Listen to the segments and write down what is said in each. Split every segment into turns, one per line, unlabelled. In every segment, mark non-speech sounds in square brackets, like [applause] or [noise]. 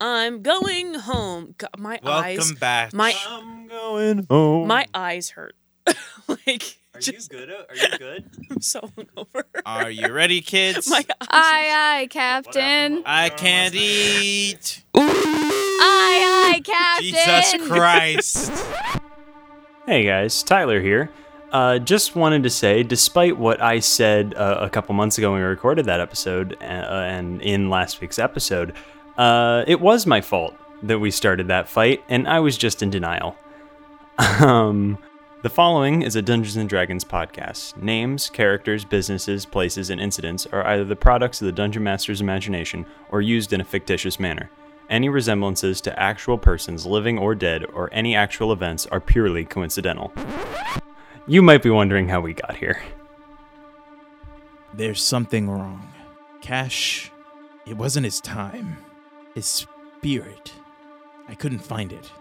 I'm going home. God, my
Welcome
eyes,
back.
my
I'm going home.
my eyes hurt. [laughs] like,
Are you
just,
good? Are you good?
I'm so hungover. [laughs]
Are you ready, kids?
my eyes.
Aye, aye, Captain. Aye,
I can't eat.
aye, Captain.
Jesus Christ.
[laughs] Hey guys, Tyler here. Uh, just wanted to say, despite what I said uh, a couple months ago when we recorded that episode uh, and in last week's episode, uh, it was my fault that we started that fight, and I was just in denial. [laughs] um, the following is a Dungeons and Dragons podcast. Names, characters, businesses, places, and incidents are either the products of the dungeon master's imagination or used in a fictitious manner. Any resemblances to actual persons, living or dead, or any actual events are purely coincidental. You might be wondering how we got here.
There's something wrong. Cash, it wasn't his time. His spirit. I couldn't find it.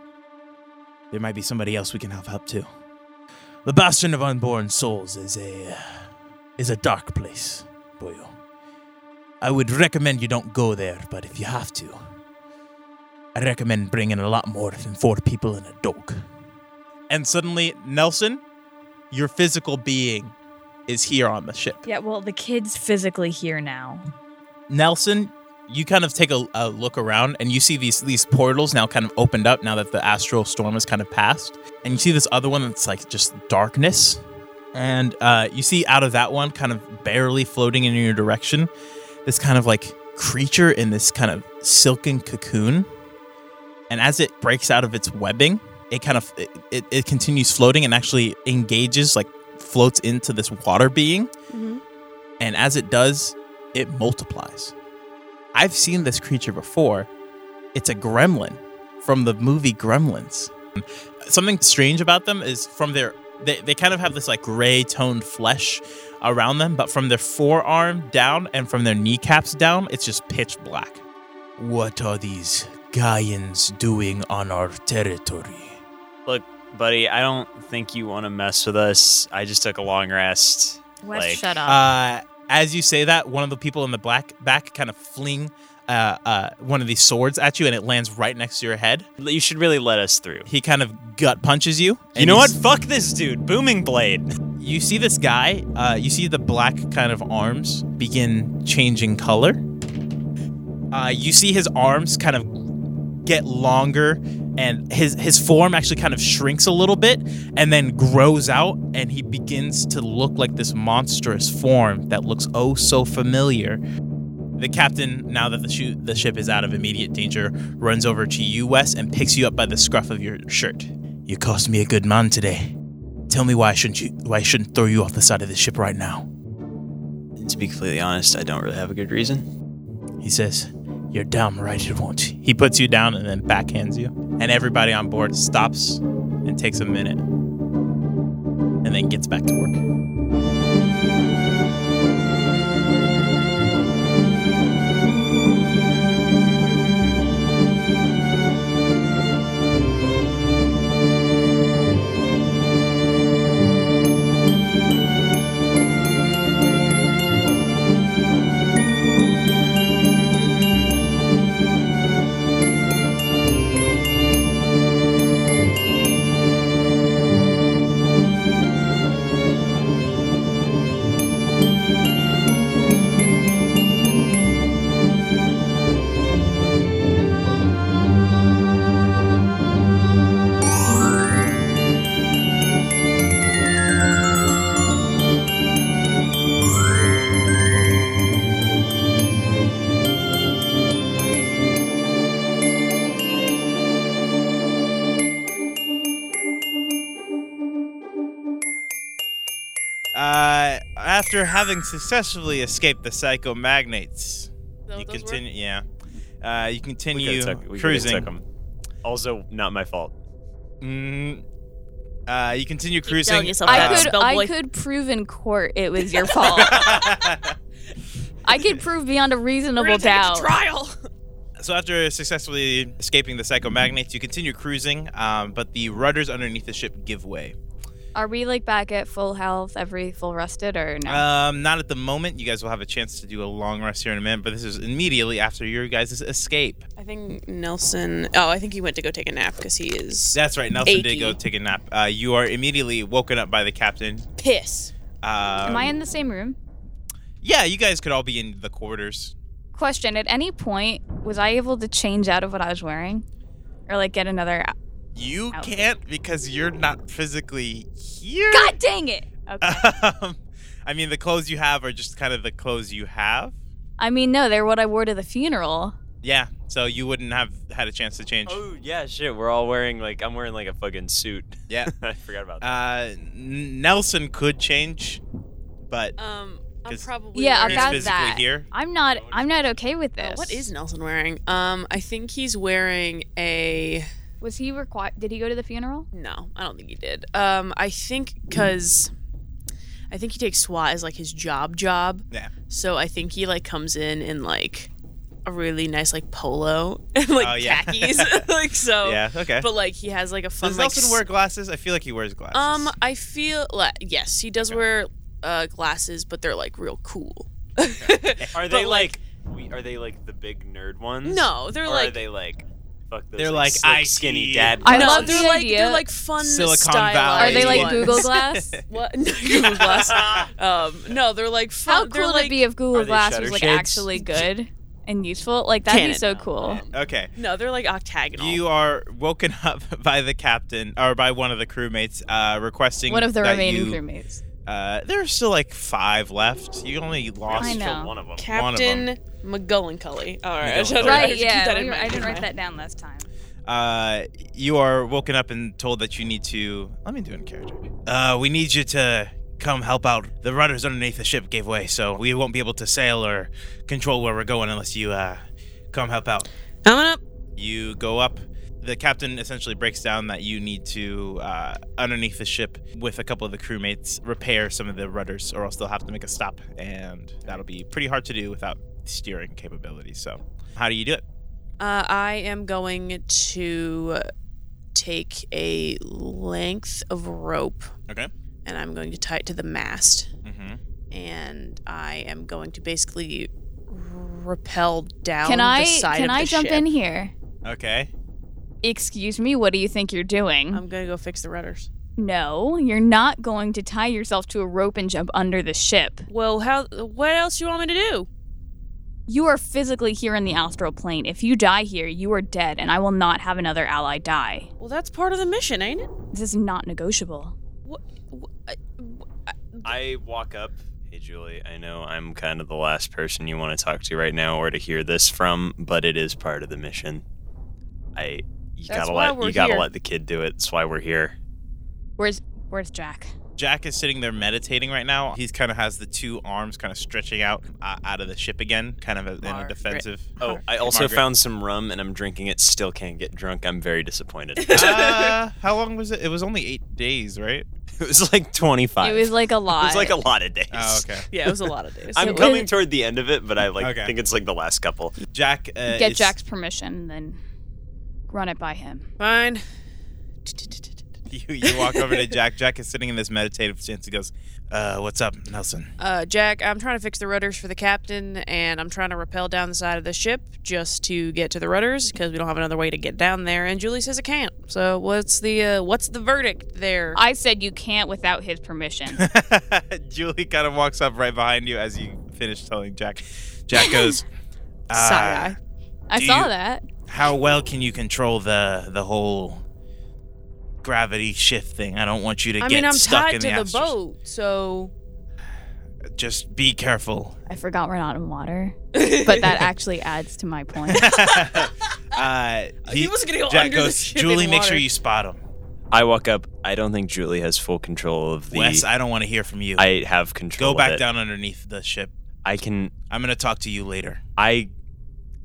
There might be somebody else we can have help to. The Bastion of Unborn Souls is a uh, is a dark place, Boyo. I would recommend you don't go there, but if you have to, I recommend bringing a lot more than four people and a dog. And suddenly, Nelson, your physical being is here on the ship.
Yeah, well, the kid's physically here now.
Nelson, you kind of take a, a look around and you see these these portals now kind of opened up now that the astral storm has kind of passed, and you see this other one that's like just darkness, and uh, you see out of that one kind of barely floating in your direction, this kind of like creature in this kind of silken cocoon, and as it breaks out of its webbing, it kind of it, it, it continues floating and actually engages like floats into this water being, and as it does, it multiplies. I've seen this creature before. It's a gremlin from the movie Gremlins. Something strange about them is from their they, they kind of have this like gray toned flesh around them, but from their forearm down and from their kneecaps down, it's just pitch black. What are these Gaians doing on our territory?
Look, buddy, I don't think you want to mess with us. I just took a long rest.
Wes,
Like,
shut up.
Uh, as you say that, one of the people in the black back kind of fling uh, uh, one of these swords at you, and it lands right next to your head.
You should really let us through.
He kind of gut punches you.
You
and
know what?
he's-
Fuck this dude. Booming Blade.
You see this guy. Uh, you see the black kind of arms begin changing color. Uh, you see his arms kind of get longer, and his his form actually kind of shrinks a little bit, and then grows out, and he begins to look like this monstrous form that looks oh so familiar. The captain, now that the, shu- the ship is out of immediate danger, runs over to you, Wes, and picks you up by the scruff of your shirt. You cost me a good man today. Tell me why shouldn't you why I shouldn't throw you off the side of the ship right now?
To be completely honest, I don't really have a good reason.
He says, You're damn right it won't. He puts you down and then backhands you. And everybody on board stops and takes a minute. And then gets back to work. Uh, after having successfully escaped the psycho magnates,
Is that
you
what those were?
continue. Yeah, uh, you
We
continue
could've took- we could've
cruising.
took him. Also, not my fault.
Mm, uh, you continue
telling
cruising.
yourself
uh,
that.
I could,
Spell
I
boy.
could prove in court it was your
Uh,
fault.
[laughs]
[laughs]
I could prove beyond a
We're
reasonable
gonna take it
doubt.
to trial.
So after successfully escaping the psychomagnates, you continue cruising, um, but the rudders underneath the ship give way.
Are we like back at full health, every full rested, or no?
Um, not at the moment. You guys will have a chance to do a long rest here in a minute, but this is immediately after your guys' escape.
I think Nelson. Oh, I think he went to go take a nap because he is
That's right. Nelson did
Achy.
go take a nap. Uh, you are immediately woken up by the captain.
piss.
Um,
Am I in the same room?
Yeah, you guys could all be in the quarters.
Question: At any point, was I able to change out of what I was wearing, or like get another?
You
Out.
can't because you're not physically here.
God dang it! Okay.
[laughs] Um, I mean, the clothes you have are just kind of the clothes you have.
I mean, no, they're what I wore to the funeral.
Yeah, so you wouldn't have had a chance to change.
Oh yeah, shit. We're all wearing like I'm wearing like a fucking suit. [laughs]
Yeah.
I forgot about that.
Uh, N- Nelson could change, but
Um, I'm
'Cause-
probably
Yeah,
wearing-
he's
about
physically
Oh, that.
here.
I'm not. I'm not okay with
Oh,
this.
what is Nelson wearing? Um, I think he's wearing a.
Was he required? Did he go to the funeral?
No, I don't think he did. Um, I think because I think he takes SWAT as like his job job.
Yeah.
So I think he like comes in in like a really nice like polo [laughs] and like
Oh, yeah.
khakis, [laughs] like
Oh,
so.
[laughs] Yeah, okay.
But like he has like a fun.
Does
like,
Nelson
s-
wear glasses? I feel like he wears glasses.
Um, I feel like yes, he does wear uh, glasses, but they're like real cool.
are they
but,
Uh, like, we, are they like the big nerd ones?
[laughs] No, they're
Or are
like
they like fuck those?
They're like
slick,
IT.
skinny dad.
I
no,
love
they're
the
like
idea.
they're like fun
Silicon
stylized
Valley.
Are they like
ones.
Google Glass?
[laughs]
[laughs]
What Google Glass? [laughs] Um, no, they're like fun.
How
they're
cool would
like,
it be if
Are
Google
they
Glass
shutter
was like
shades?
actually good and useful? Like that'd be
Canon. Um,
so cool.
okay.
No, they're like octagonal.
You are woken up [laughs] by the captain or by one of the crewmates uh, requesting
One of the
that
remaining
you,
crewmates.
Uh, there's still like five left. You only lost.
I
Just
know.
killed one of them.
One of
Captain McGullincully. All right, I
McGullincully.
should- I should
Right?
keep
Yeah.
that in
we-
my-
I didn't
in
write
my-
that down last time.
Uh, you are woken up and told that you need to. Let me do it in character. Uh, we need you to come help out. The rudders underneath the ship gave way, so we won't be able to sail or control where we're going unless you uh, come help out.
Coming up.
You go up. The captain essentially breaks down that you need to, uh, underneath the ship with a couple of the crewmates, repair some of the rudders, or else they'll have to make a stop, and that'll be pretty hard to do without steering capability. So, how do you do it?
Uh, I am going to take a length of rope
Okay.
and I'm going to tie it to the mast.
Mm-hmm.
And I am going to basically rappel down
Can
the
I?
side
Can
of
I
the
jump
ship.
in here?
Okay.
Excuse me. What do you think you're doing?
I'm going to go fix the rudders.
no, you're not going to tie yourself to a rope and jump under the ship.
Well, how? what else you want me to do?
You are physically here in the astral plane. If you die here, you are dead, and I will not have another ally die.
Well, that's part of the mission, ain't it?
This is not negotiable.
uh,
I walk up. Hey, Julie, I know I'm kind of the last person you want to talk to right now or to hear this from, but it is part of the mission. I you
That's
gotta
why
let
we're
you gotta
here.
let the kid do it. That's why we're here.
Where's Where's Jack?
Jack is sitting there meditating right now. He kind of has the two arms kind of stretching out uh, out of the ship again, kind of in a
Margaret.
defensive.
Oh, I also
Margaret.
found some rum and I'm drinking it. Still can't get drunk. I'm very disappointed.
[laughs]
it
uh, how long was it? It was only eight days, right?
was like 25.
It was like a
It
lot.
was like a lot of days.
Oh, okay.
Yeah, it was a lot of days. [laughs]
I'm
It
coming
was-
toward the end of it, but I like
Okay.
think it's like the last couple.
Jack. Uh,
Get
is-
Jack's permission, then run it by him.
Fine.
[laughs] You, you walk over to Jack. Jack is sitting in this meditative stance. He goes, uh, "What's up, Nelson?" [laughs]
Uh, Jack, I'm trying to fix the rudders for the captain, and I'm trying to rappel down the side of the ship just to get to the rudders because we don't have another way to get down there. And Julie says I can't. So what's the uh, what's the verdict there?
I said you can't without
[laughs]
his permission.
Julie kind of walks up right behind you as you finish telling Jack. Jack goes, uh,
Sigh.
I
Do
saw
you-
that.
how well can you control the the whole gravity shift thing? I don't want you to
I
get
mean, I'm
stuck
tied
in
to the,
the astros-
boat,
[laughs]
so
Just
[laughs]
be careful. [laughs]
I forgot we're not in water, but
[laughs]
that actually adds to my point.
Uh,
He wasn't gonna go
Jack
under the
goes,
ship
Julie,
in
make sure
water."
you spot him.
I walk up. I don't think Julie has full control of the.
Wes, I don't want to hear from you.
I have control.
go
of
back
it.
down underneath the ship.
I can.
I'm gonna talk to you later.
I.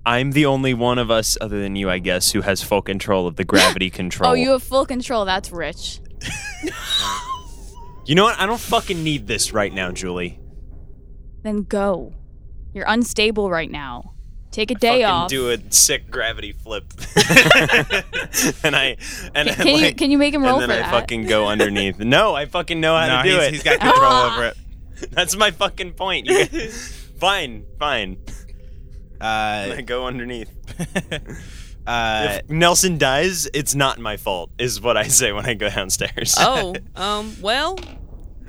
I'm the only one of us, other than you, I guess, who has full control
[laughs]
of the gravity control.
Oh, you have full control. That's rich.
You know what? I don't fucking need this right now, Julie.
Then go. You're unstable right now. Take a day
fucking
off.
do a sick
[laughs]
gravity
[laughs]
flip. and I and [laughs]
Can,
I,
can you
like-
can you make him roll
and then
for
I
that?
fucking go underneath. No, I fucking know how
Nah,
to do
he's,
it.
he's got
[laughs]
control over it.
That's my fucking point. You guys- fine, fine. And I
Uh,
go underneath.
[laughs] uh,
if Nelson dies, it's not my fault, is what I say when [laughs] I go downstairs.
[laughs]
[laughs]
Oh, um, well,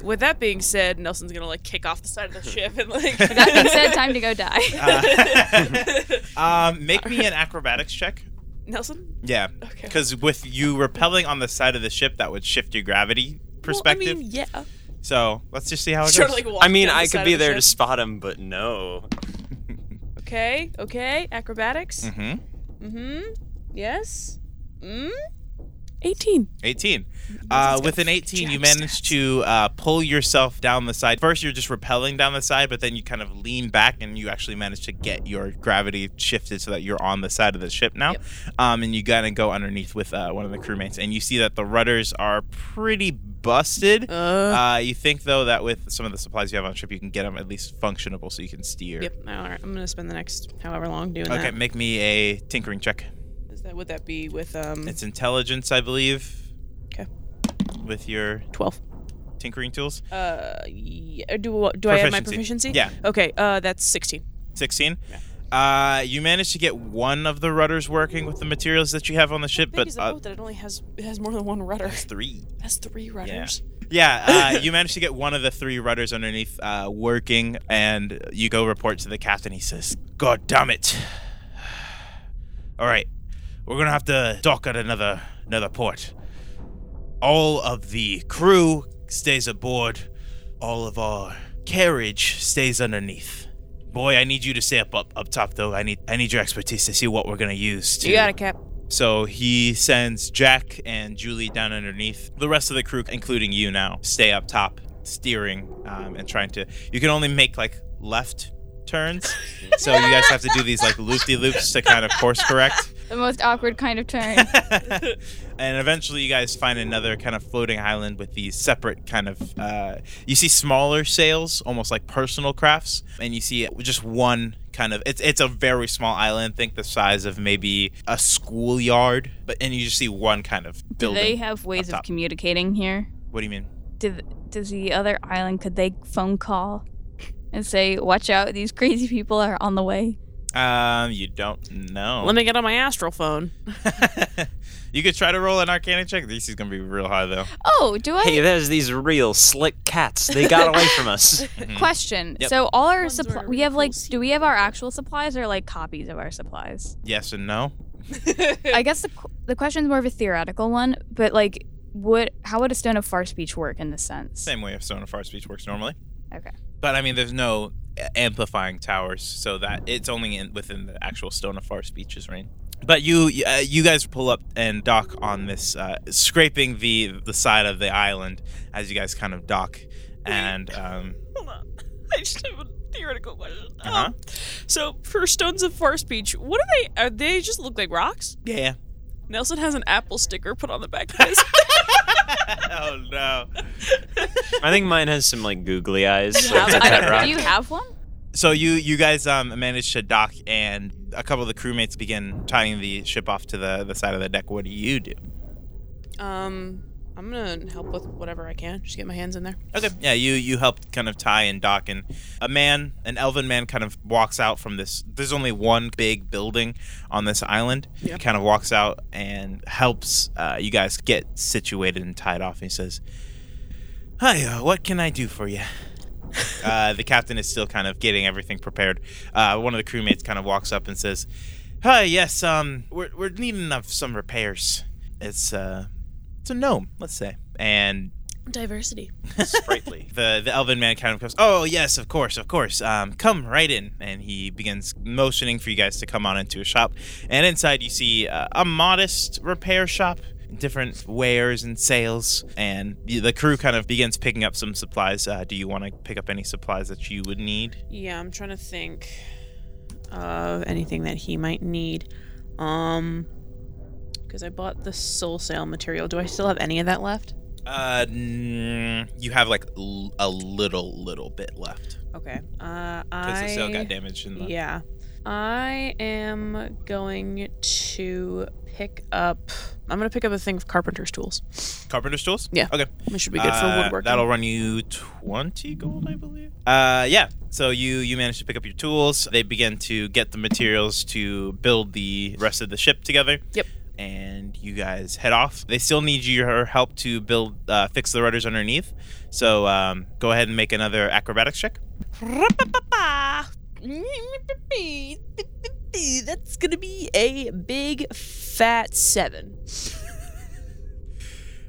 with that being said, Nelson's gonna like kick off the side of the ship and
[laughs]
like.
[laughs] that
[laughs]
being said, time to go die.
Uh,
[laughs]
um, make me an acrobatics check.
Nelson?
Yeah,
Okay.
because with you repelling on the side of the ship, that would shift your gravity
Well,
perspective.
I mean, yeah.
so let's just see how it
Sure,
goes.
like, walk
I mean,
down the
I
side
could be
of the
there to
ship.
spot him, but no.
Okay, okay. Acrobatics.
hmm
Mm-hmm. Yes. Mm. Eighteen.
18. Uh, with an 18, you manage to uh, pull yourself down the side. First, you're just repelling down the side, but then you kind of lean back and you actually manage to get your gravity shifted so that you're on the side of the ship now. Um, and you kind of go underneath with uh, one of the crewmates. And you see that the rudders are pretty busted.
Uh.
Uh, you think, though, that with some of the supplies you have on ship, you can get them at least functionable so you can steer.
Yep. All right. I'm gonna spend the next however long doing
Okay, make me a tinkering check.
that. Is that would that be with um?
It's intelligence, I believe.
Okay.
With your
twelve.
tinkering tools.
Uh. Yeah, do uh, do I add my
Proficiency.
proficiency?
Yeah.
Okay. Uh. That's sixteen.
16. Uh, you managed to get one of the rudders working with the materials that you have on the ship,
Big
but
is a
uh,
boat that it only has it has more than one rudder. [laughs]
three.
That's three rudders.
Yeah, uh, you managed to get one of the three rudders underneath uh, working, and you go report to the captain. He says, "God damn it! [sighs] All right, we're gonna have to dock at another another port. All of the crew stays aboard. All of our carriage stays underneath." Boy, I need you to stay up, up up top though. I need I need your expertise to see what we're gonna use to
You got it, Cap.
so he sends Jack and Julie down underneath. The rest of the crew, including you now, stay up top, steering um, and trying to. You can only make like left turns. so you guys have to do these like loop de loops to kind of course correct.
the most awkward kind of
[laughs]
turn.
[laughs] and eventually you guys find another kind of floating island with these separate kind of uh, you see smaller sails almost like personal crafts and you see just one kind of it's it's a very small island think the size of maybe a schoolyard but and you just see one kind of
Do
building
they have ways
up
of
top.
communicating here?
what do you mean
Did, does the other island could they phone call and say, "Watch out, these crazy people are on the way"?
um you don't know
Let me get on my astral phone.
[laughs] you could try to roll an arcana check this is gonna be real high though
Oh, do I?
Hey, there's these real slick cats. They got away
[laughs]
from us.
Question.
um, Yep.
So all our
Ones were
supply, we
really
have like,
cool
do we have our actual supplies or like copies of our
[laughs]
supplies?
yes and no
I guess the qu- the question's more of a theoretical one, but like, would how would a stone of far speech work in this sense?
Same way a stone of far speech works normally.
Okay.
But I mean, there's no a- amplifying towers, so that it's only in, within the actual stone of far speeches range. But you, uh, you guys pull up and dock on this, uh, scraping the the side of the island as you guys kind of dock, and um,
Hold on. [laughs] I just have a theoretical question. Um,
Uh-huh.
so for stones of far speech, what are they? Are they just look like rocks?
yeah.
Nelson has an apple sticker put on the back of
[laughs]
his.
oh no.
I think mine has some like googly eyes. so
[laughs]
[laughs]
Have-
it's a
I
pet
don't-
rock.
do you have one?
So you you guys um, manage to dock, and a couple of the crewmates begin tying the ship off to the the side of the deck. What do you do?
um, I'm gonna help with whatever I can. Just get my hands in there.
Okay. Yeah, you you helped kind of tie and dock, and a man, an elven man, kind of walks out from this. There's only one big building on this island.
Yeah.
He kind of walks out and helps uh, you guys get situated and tied off. And he says, "Hi, uh, what can I do for you?" uh, the captain is still kind of getting everything prepared. Uh, one of the crewmates kind of walks up and says, "Hi, yes, um, we're we're needing of some repairs. It's uh, it's a gnome, let's say." And
Diversity.
Sprightly.
the the elven man kind of goes, "Oh yes, of course, of course. Um, come right in." And he begins motioning for you guys to come on into his shop. And inside, you see uh, a modest repair shop, different wares and sales. And the the crew kind of begins picking up some supplies. Uh, do you want to pick up any supplies that you would need?
Yeah, I'm trying to think of anything that he might need. Um, because I bought the soul sale material. Do I still have any of that left?
Uh, mm, you have like l- a little, little bit left
Okay. Uh, I.
because the sale got damaged in the.
Yeah. I am going to pick up. I'm going to pick up a thing of carpenter's tools.
Carpenter's tools?
Yeah.
Okay.
This should be good for
Uh,
woodworking.
That'll run you twenty gold, I believe. Uh, yeah. So you you manage to pick up your tools. They begin to get the materials to build the rest of the ship together.
Yep.
And you guys head off. They still need your help to build uh, fix the rudders underneath. So um, go ahead and make another acrobatics check.
That's going to be a big fat seven.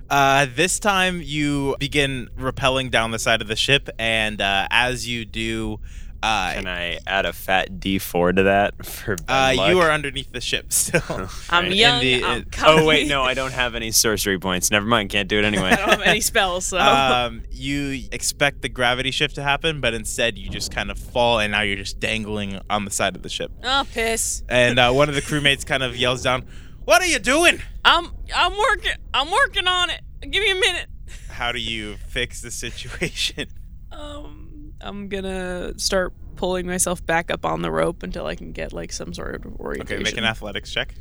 Uh, this time you begin rappelling down the side of the ship, and uh, as you do, uh,
Can I add a fat D4 to that for
uh,
bad
you
luck?
are underneath the ship [laughs] still.
[laughs] I'm
Right.
young.
the-
Um, I'm
it-
Oh
cocky. [laughs]
wait, no, I don't have any sorcery points. Never mind, can't do it
I
anyway.
don't have any spells, so.
um, you expect the gravity shift to happen, but instead you just kind of fall, and now you're just dangling on the side of the ship.
oh, piss.
And uh, one of the crewmates kind of yells down, "What are you doing?"
I'm I'm working I'm working on it. Give me a minute.
How do you fix the situation? [laughs]
Um I'm gonna start pulling myself back up on the rope until I can get like some sort of
Okay,
orientation.
make an athletics check.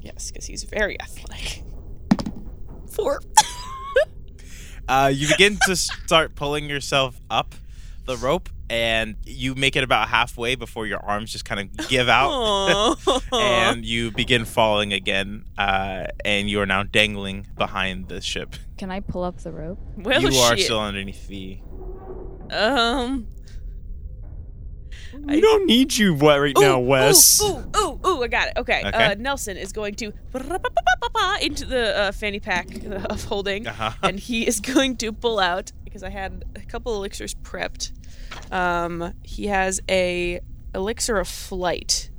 Yes, because he's very athletic. Four.
Uh, you begin to start pulling yourself up the rope, and you make it about halfway before your arms just kind of
[laughs]
give out. and you begin falling again, uh, and you are now dangling behind the ship.
Can I pull up the rope?
well,
you are
Oh, shit.
still underneath the.
um.
We don't need you wa- right now,
ooh,
Wes.
Ooh, ooh, ooh, ooh, I got it. Okay.
Okay.
Uh, Nelson is going to into the uh, fanny pack of holding,
Uh-huh. [laughs]
and he is going to pull out because I had a couple elixirs prepped. Um, he has a elixir of flight,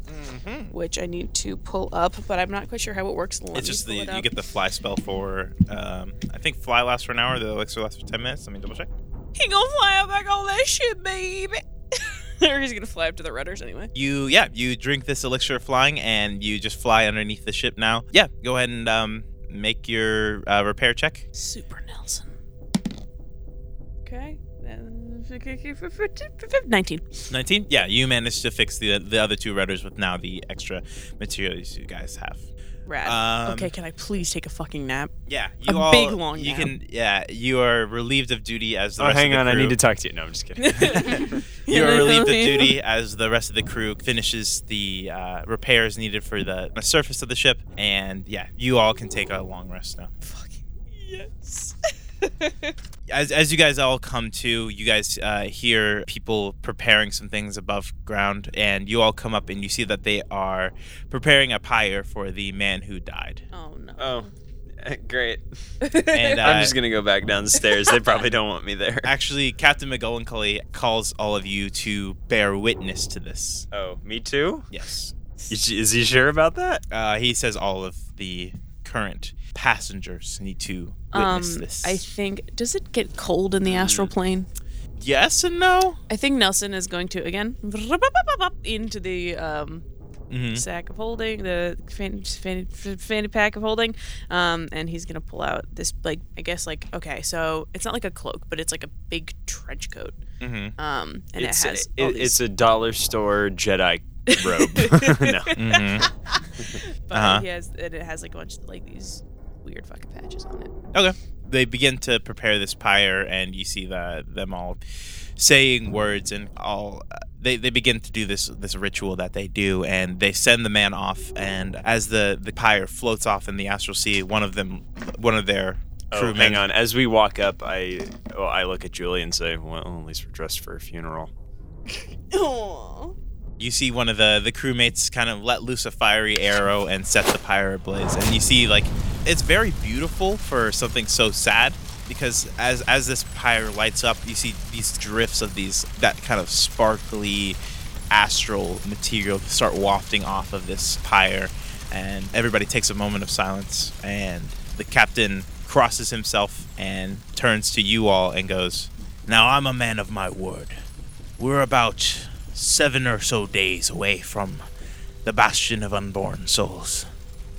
which I need to pull up, but I'm not quite sure how it works. Let
Mm-hmm. It's
me
just the
pull it
you
up.
get the fly spell for um, I think fly lasts for an hour, the elixir lasts for ten minutes. Let me double check.
he gonna fly up back on that shit, baby. [laughs] or he's gonna fly up to the rudders anyway.
You yeah, you drink this elixir of flying and you just fly underneath the ship now. Yeah, go ahead and um, make your uh, repair check.
Super Nelson. Okay. and- 19.
Nineteen. Yeah, you managed to fix the the other two rudders with now the extra materials you guys have.
Rad.
Um,
Uh, okay, can I please take a fucking nap?
Yeah,
A
you all
big long
you
nap.
can yeah you are relieved of duty as the
Oh,
rest
hang
of the
on, I
crew-
need to talk to you. No, I'm just kidding.
[laughs] You are relieved of
Yeah. [laughs]
duty as the rest of the crew finishes the uh, repairs needed for the, the surface of the ship, and yeah, you all can take a long rest now.
Fucking yes.
As, as you guys all come to, you guys uh, hear people preparing some things above ground, and you all come up and you see that they are preparing a pyre for the man who died.
oh no.
[laughs] oh, great.
And uh,
[laughs] I'm just gonna go back downstairs. They probably don't want me there.
actually, Captain McGullincully calls all of you to bear witness to this.
[laughs] Oh, me too.
Yes.
Is, is he sure about that?
Uh, he says all of the current passengers need to
um,
witness this. Mm.
I think does it get cold in the astral plane?
yes and no.
I think Nelson is going to again into the um,
Hmm?
Mm-hmm.
sack of holding, the fanny, fanny, fanny pack of holding, um, and he's gonna pull out this like I guess like okay, so it's not like a cloak, but it's like a big trench coat,
Mm-hmm.
[laughs] Mhm.
um, and
it's uh,
it has
it-
all these
it's a dollar store Jedi [laughs] robe. no. Mm-hmm.
But
Uh-huh.
he has, and it has like a bunch of like these weird fucking patches on it.
Okay. They begin to prepare this pyre, and you see the, them all saying words, and all uh, they, they begin to do this this ritual that they do, and they send the man off. And as the the pyre floats off in the astral sea, one of them, one of their crew
Oh, hang on. As we walk up, I well, I look at Julie and say, "Well, at least we're dressed for a funeral."
Oh,
you see one of the the crewmates kind of let loose a fiery arrow and set the pyre ablaze and you see like it's very beautiful for something so sad because as as this pyre lights up you see these drifts of these that kind of sparkly astral material start wafting off of this pyre and everybody takes a moment of silence and the captain crosses himself and turns to you all and goes now i'm a man of my word we're about seven or so days away from the Bastion of Unborn Souls.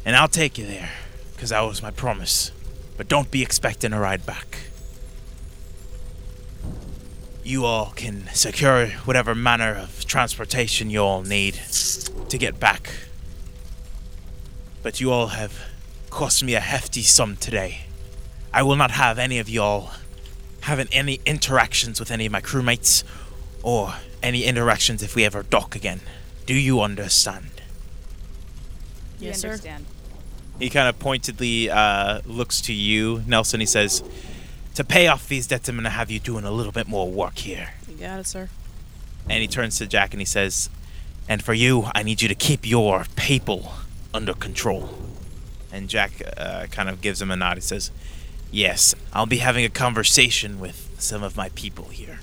And I'll take you there, because that was my promise. But don't be expecting a ride back. you all can secure whatever manner of transportation you all need to get back. But you all have cost me a hefty sum today. I will not have any of y'all having any interactions with any of my crewmates or any interactions if we ever dock again. Do you understand?
You
Yes, sir.
understand.
He kind of pointedly uh, looks to you, Nelson. He says, To pay off these debts, I'm going to have you doing a little bit more work here.
You got it, sir.
And he turns to Jack and he says, And for you, I need you to keep your people under control. And Jack uh, kind of gives him a nod. He says, Yes, I'll be having a conversation with some of my people here.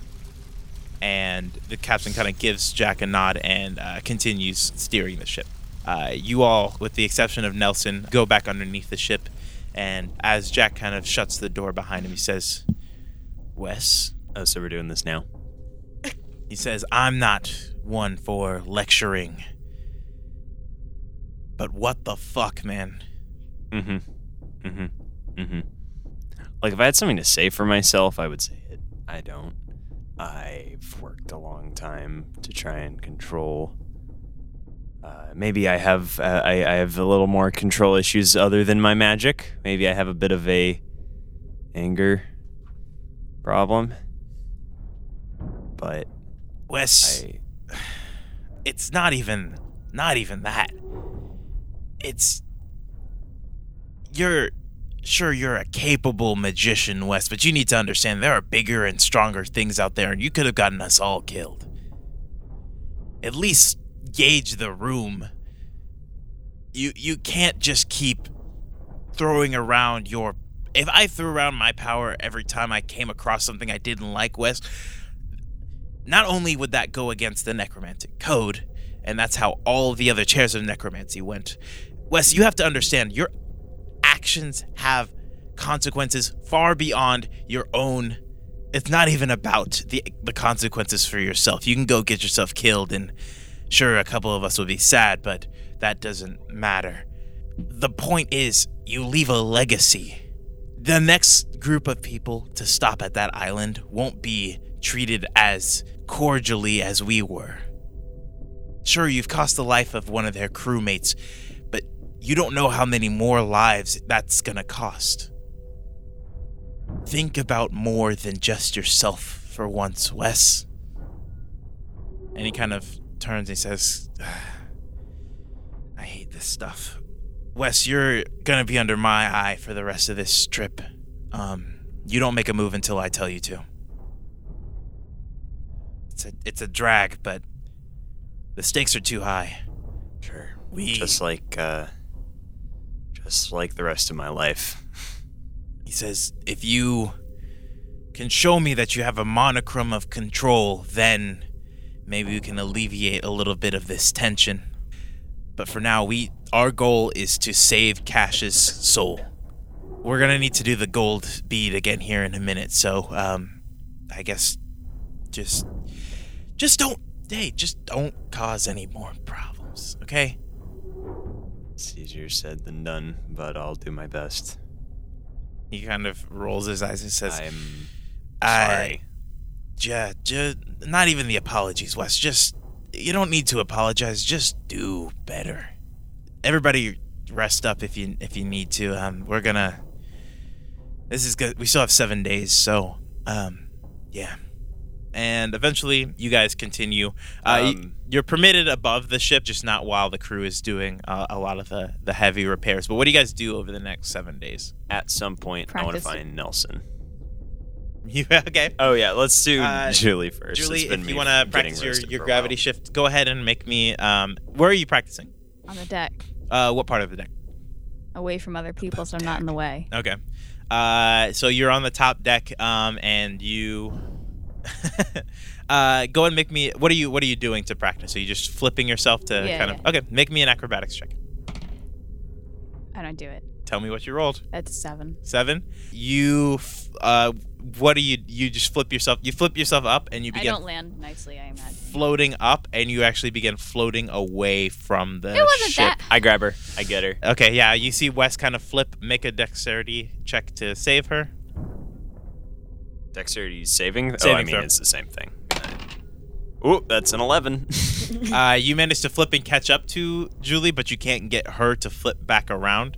And the captain kind of gives Jack a nod and uh, continues steering the ship. Uh, you all, with the exception of Nelson, go back underneath the ship. And as Jack kind of shuts the door behind him, he says, Wes,
Oh, so we're doing this now.
he says, I'm not one for lecturing. But what the fuck, man?
Mm-hmm. Mm-hmm. Mm-hmm. Like if I had something to say for myself, I would say it. I don't. I've worked a long time to try and control. Uh, maybe I have uh, I, I have a little more control issues other than my magic. Maybe I have a bit of a anger problem. But
Wes,
I
it's not even, not even that. It's. You're. Sure, you're a capable magician, Wes, but you need to understand there are bigger and stronger things out there, and you could have gotten us all killed. At least gauge the room. You you can't just keep throwing around your. If I threw around my power every time I came across something I didn't like, Wes, not only would that go against the necromantic code, and that's how all the other chairs of necromancy went. Wes, you have to understand your actions have consequences far beyond your own. It's not even about the the consequences for yourself. You can go get yourself killed, and sure, a couple of us would be sad, but that doesn't matter. The point is, you leave a legacy the next group of people to stop at that island won't be treated as cordially as we were. Sure, you've cost the life of one of their crewmates, but you don't know how many more lives that's gonna cost. Think about more than just yourself for once, Wes. And he kind of turns and he says, [sighs] I hate this stuff. Wes, you're gonna be under my eye for the rest of this trip. Um, you don't make a move until I tell you to. It's a it's a drag, but the stakes are too high.
sure.
We-
just like uh just like the rest of my life.
He says, if you can show me that you have a monochrome of control, then maybe we can alleviate a little bit of this tension. But for now, we our goal is to save Cash's soul. We're gonna need to do the gold bead again here in a minute, so um, I guess just just don't hey, just don't cause any more problems, okay?
It's easier said than done, but I'll do my best.
He kind of rolls his eyes and says,
I'm
I-
sorry.
Yeah, ju- not even the apologies, Wes. Just you don't need to apologize. Just do better. Everybody, rest up if you if you need to. Um, we're gonna. This is good. We still have seven days, so um, yeah. And eventually, you guys continue. Uh, y-
Um,
you're permitted above the ship, just not while the crew is doing uh, a lot of the the heavy repairs. But what do you guys do over the next seven days? [laughs]
At some point, I want to
Practice.
find Nelson.
You okay?
Oh yeah, let's do
Uh,
Julie first.
Julie,
It's been
if
me
you want to
getting
practice your,
roasted
your
for a
gravity
while.
shift, go ahead and make me. Um, where are you practicing?
On the deck,
Uh, what part of the deck?
away from other people, so I'm not in the way.
Okay. Uh, so you're on the top deck, um, and you. [laughs] uh, go and make me. What are you What are you doing to practice? Are you just flipping yourself to
Yeah,
kind of? Okay, make me an acrobatics check.
I don't do it.
Tell me what you rolled.
That's seven.
Seven. You. F- uh, what do you? You just flip yourself. You flip yourself up, and you
I
begin
don't land nicely. I imagine.
floating up, and you actually begin floating away from the
It wasn't
ship.
that.
I grab her. I get her.
Okay, yeah, you
[laughs]
see Wes kind of flip, make a dexterity check to save her.
Dexterity saving. oh, I
Saving
mean
throw.
it's the same thing. Ooh, that's an eleven. [laughs]
Uh, you manage to flip and catch up to Julie, but you can't get her to flip back around.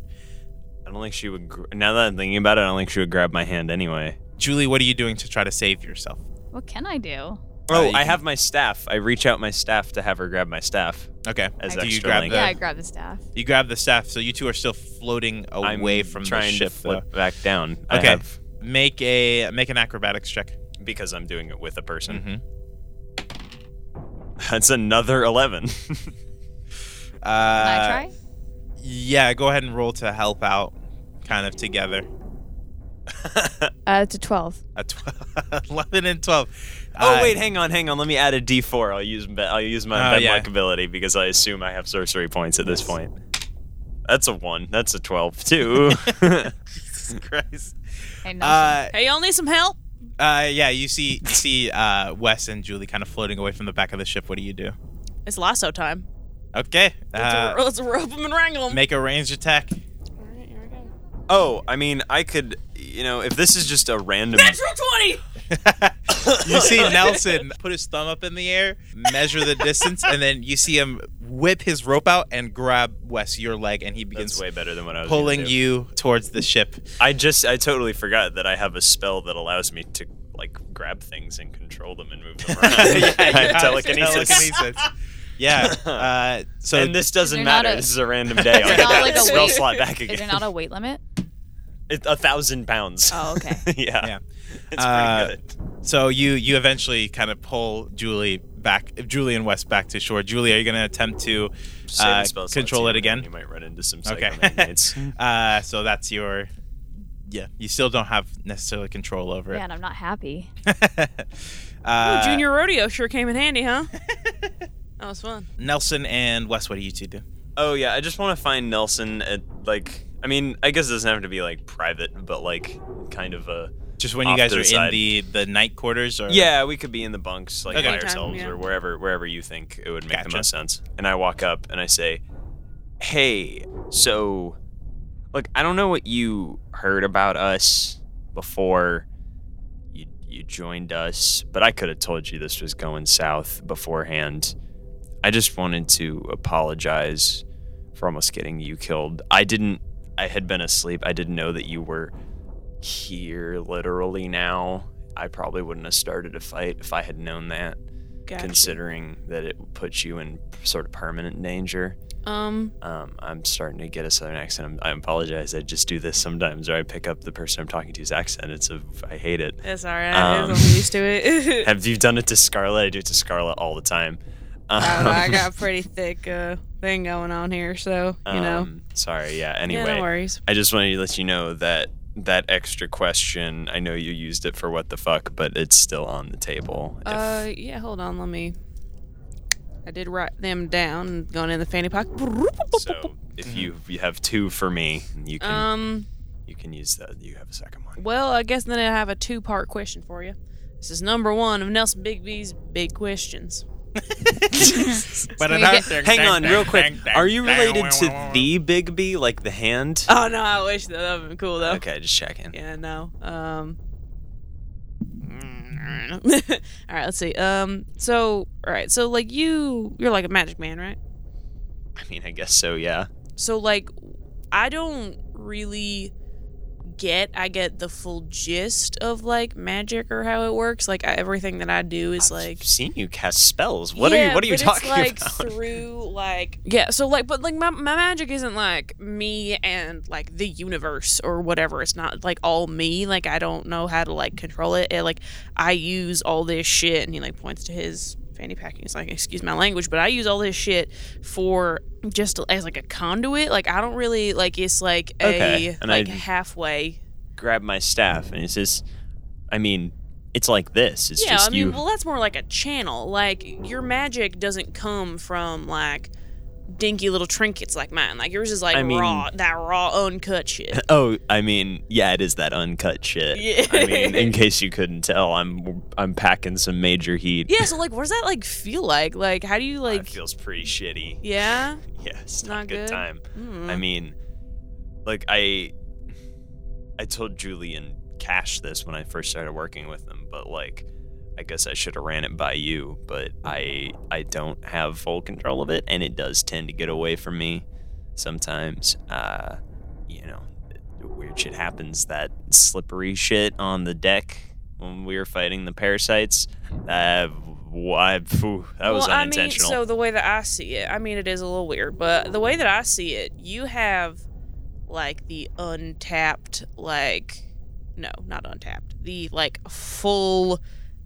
I don't think she would. Gr- now that I'm thinking about it, I don't think she would grab my hand anyway.
Julie, what are you doing to try to save yourself?
What can I do?
Uh,
Oh,
you
I
can-
have my staff. I reach out my staff to have her grab my staff
Okay.
as
do
extra
you grab
length.
the-
Yeah, I grab the staff.
You grab the staff, so you two are still floating
I'm
away from
trying
the ship.
to flip
though.
back down. I
Okay.
have-
Make a make an acrobatics check.
because I'm doing it with a person.
hmm
That's another eleven.
Uh,
Can I try?
Yeah, go ahead and roll to help out, kind of together.
Uh, it's a 12.
A tw- [laughs] 11 and 12.
[laughs] oh
Uh,
wait, hang on, hang on. Let me add a D4. I'll use be- I'll use my
Oh,
bedlock
yeah.
ability because I assume I have sorcery points at this point. That's a one. That's a twelve [laughs] too.
Jesus Christ.
Hey, no,
Uh,
Hey, y'all need some help?
uh, yeah, you see, you see, uh, Wes and Julie kind of floating away from the back of the ship. What do you do?
It's lasso time.
Okay,
Let's,
uh,
let's rope them and wrangle them.
make a range attack.
All right, here we go.
oh, I mean, I could, you know, if this is just a random.
Natural 20!
[laughs]
you see Nelson put his thumb up in the air, measure the distance, and then you see him whip his rope out and grab Wes your leg, and he
That's
begins
way better than what I was gonna
pulling
do.
you towards the ship.
[laughs] I just I totally forgot that I have a spell that allows me to like grab things and control them and move [laughs] them around.
[laughs]
I have telekinesis.
Telekinesis.
[laughs]
Yeah. Uh, so
and this doesn't
there not
matter.
a-
this is a random
[laughs]
day. I'll
there
get
not
that
like a
spell
weight-
slot back
Is there
again. [laughs]
not a weight limit?
It- a thousand pounds.
[laughs] Oh, [laughs] okay.
[laughs] yeah.
Yeah.
It's pretty
Uh,
good.
So you you eventually kind of pull Julie back, Julie and West back to shore. Julie, are you going to attempt to?
Save the
uh,
spell slots,
control
yeah,
it again?
You might run into some
Okay.
[laughs] psychomagnates.
Uh, so that's your. Yeah, you still don't have necessarily control over
Yeah,
it.
and I'm not happy.
uh,
Ooh, junior rodeo sure came in handy,
[laughs]
huh? that was fun.
Nelson and Wes, what do you two do?
oh yeah, I just want to find Nelson at like. I mean, I guess it doesn't have to be like private, but like kind of a.
Just when you
Off
guys
to
are
the side.
in the the night quarters, or
Yeah, we could be in the bunks like
Okay.
by
Anytime,
ourselves
yeah.
or wherever wherever you think it would make
Gotcha.
the most sense. And I walk up and I say, "Hey, so look, I don't know what you heard about us before you you joined us, but I could have told you this was going south beforehand. I just wanted to apologize for almost getting you killed. I didn't I had been asleep. I didn't know that you were here literally now. I probably wouldn't have started a fight if I had known that,
Gotcha.
considering that it puts you in sort of permanent danger.
Um,
Um, I'm starting to get a southern accent. I'm, I apologize. I just do this sometimes, or I pick up the person I'm talking to's accent. It's a I hate it.
it's all right.
Um,
I'm used to it.
[laughs] Have you done it to Scarlet? I do it to Scarlet all the time.
I, don't know, [laughs] Oh, I
Um,
got a pretty thick uh, thing going on here, so, you know.
um, Sorry. Yeah.
Yeah,
Anyway.
no worries.
I just wanted to let you know that that extra question. I know you used it for what the fuck, but it's still on the table. If-
Uh, yeah, hold on. Let me. I did write them down and going in the fanny pack.
so if you you have two for me, you can
Um,
you can use that. You have a second one.
well, I guess then I have a two part question for you. This is number one of Nelson Bigby's big questions.
But
Can we get-
Hang on, real quick. Are you related to the Bigby, like the hand?
Oh, no, I wish that that would have been cool, though.
Okay, just checking.
Yeah, no. Um. mm, I don't know. [laughs] all right, let's see. Um, so all right, so like you, you're like a magic man, right?
I mean, I guess so. Yeah.
So like, I don't really get. I get the full gist of like magic or how it works. Like I, everything that I do is like
I've seen you cast spells. What are
Yeah,
you? What are you
but
talking
it's, like,
about?
Through like [laughs] yeah, so like, but like my, my magic isn't like me and like the universe or whatever. It's not like all me. Like I don't know how to like control it. it like I use all this shit, and he like points to his fanny pack. and He's like, excuse my language, but I use all this shit for just as like a conduit. Like I don't really like it's like a
Okay, and I-
like halfway.
[laughs] Grab my staff, and he says, "I mean, it's like this. It's
yeah,
just
I mean,
you."
well, that's more like a channel. Like your magic doesn't come from like dinky little trinkets like mine. Like yours is like
I mean-
raw, that raw uncut
[laughs]
shit.
Oh, I mean, yeah, it is that uncut shit.
Yeah. [laughs]
I mean, in case you couldn't tell, I'm I'm packing some major heat.
yeah, so like, what does that like feel like? Like, how do you
it
like?
feels pretty shitty.
yeah.
Yeah, it's
Not
not, a good,
good?
time.
Mm.
I mean, like I I told Julian cashed this when I first started working with them, but like, I guess I should have ran it by you. But I I don't have full control of it, and it does tend to get away from me sometimes. Uh, you know, weird shit happens. That slippery shit on the deck when we were fighting the parasites. Uh, why? phew, that was
well,
unintentional.
I mean, so the way that I see it, I mean, it is a little weird, but the way that I see it, you have like the untapped, like, no, not untapped, the like full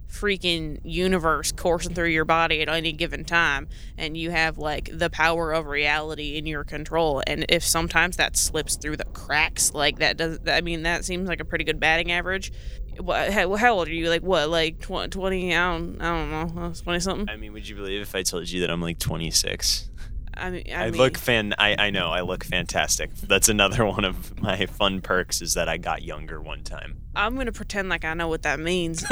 freaking universe coursing through your body at any given time. And you have like the power of reality in your control. And if sometimes that slips through the cracks, like that does, I mean, that seems like a pretty good batting average. What, how, how old are you? Like what? Like tw- twenty? I don't. I don't know. Twenty something.
I mean, would you believe if I told you that I'm like 26?
I mean,
I,
I, mean,
look fan. I, I know I look fantastic. That's another [laughs] one of my fun perks is that I got younger one time.
I'm gonna pretend like I know what that
[laughs]
means.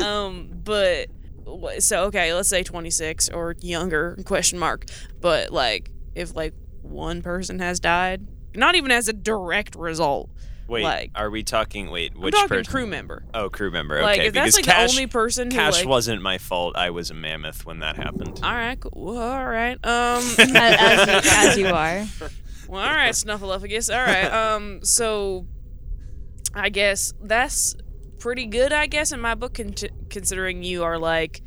Um, [laughs] um, but wh- so okay, let's say 26 or younger question mark. But like, if like one person has died, not even as a direct result,
Wait,
Like-
are we talking? Wait, which
I'm talking
person?
crew member.
Oh, crew member.
Like,
okay,
if that's
because
like
Cash,
the only person who
Cash
like,
wasn't my fault. I was a mammoth when that happened.
All right, cool. Well, all right.
[laughs]
Um,
as, you, as you are.
Well, all right, Snuffleupagus. All right. Um, so I guess that's pretty good, I guess, in my book, con- considering you are like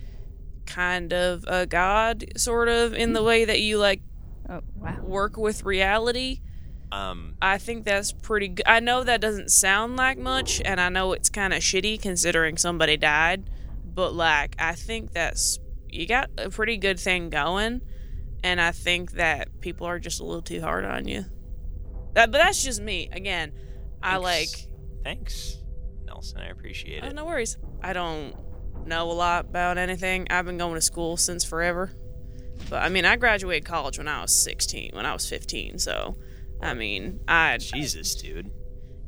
kind of a god, sort of, in the way that you like
Oh, wow.
work with reality.
Um,
I think that's pretty good. I know that doesn't sound like much, and I know it's kind of shitty considering somebody died, but like, I think that's you got a pretty good thing going, and I think that people are just a little too hard on you. That, but that's just me. Again, I like.
Thanks. Thanks, Nelson. I appreciate
Oh,
it.
no worries. I don't know a lot about anything. I've been going to school since forever. But I mean, I graduated college when I was 16, when I was 15, so I mean, I
Jesus, dude.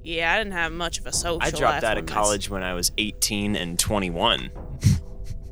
yeah, I didn't have much of a social.
I dropped
life
out
on
of
this.
college when I was 18
[laughs]
and 21.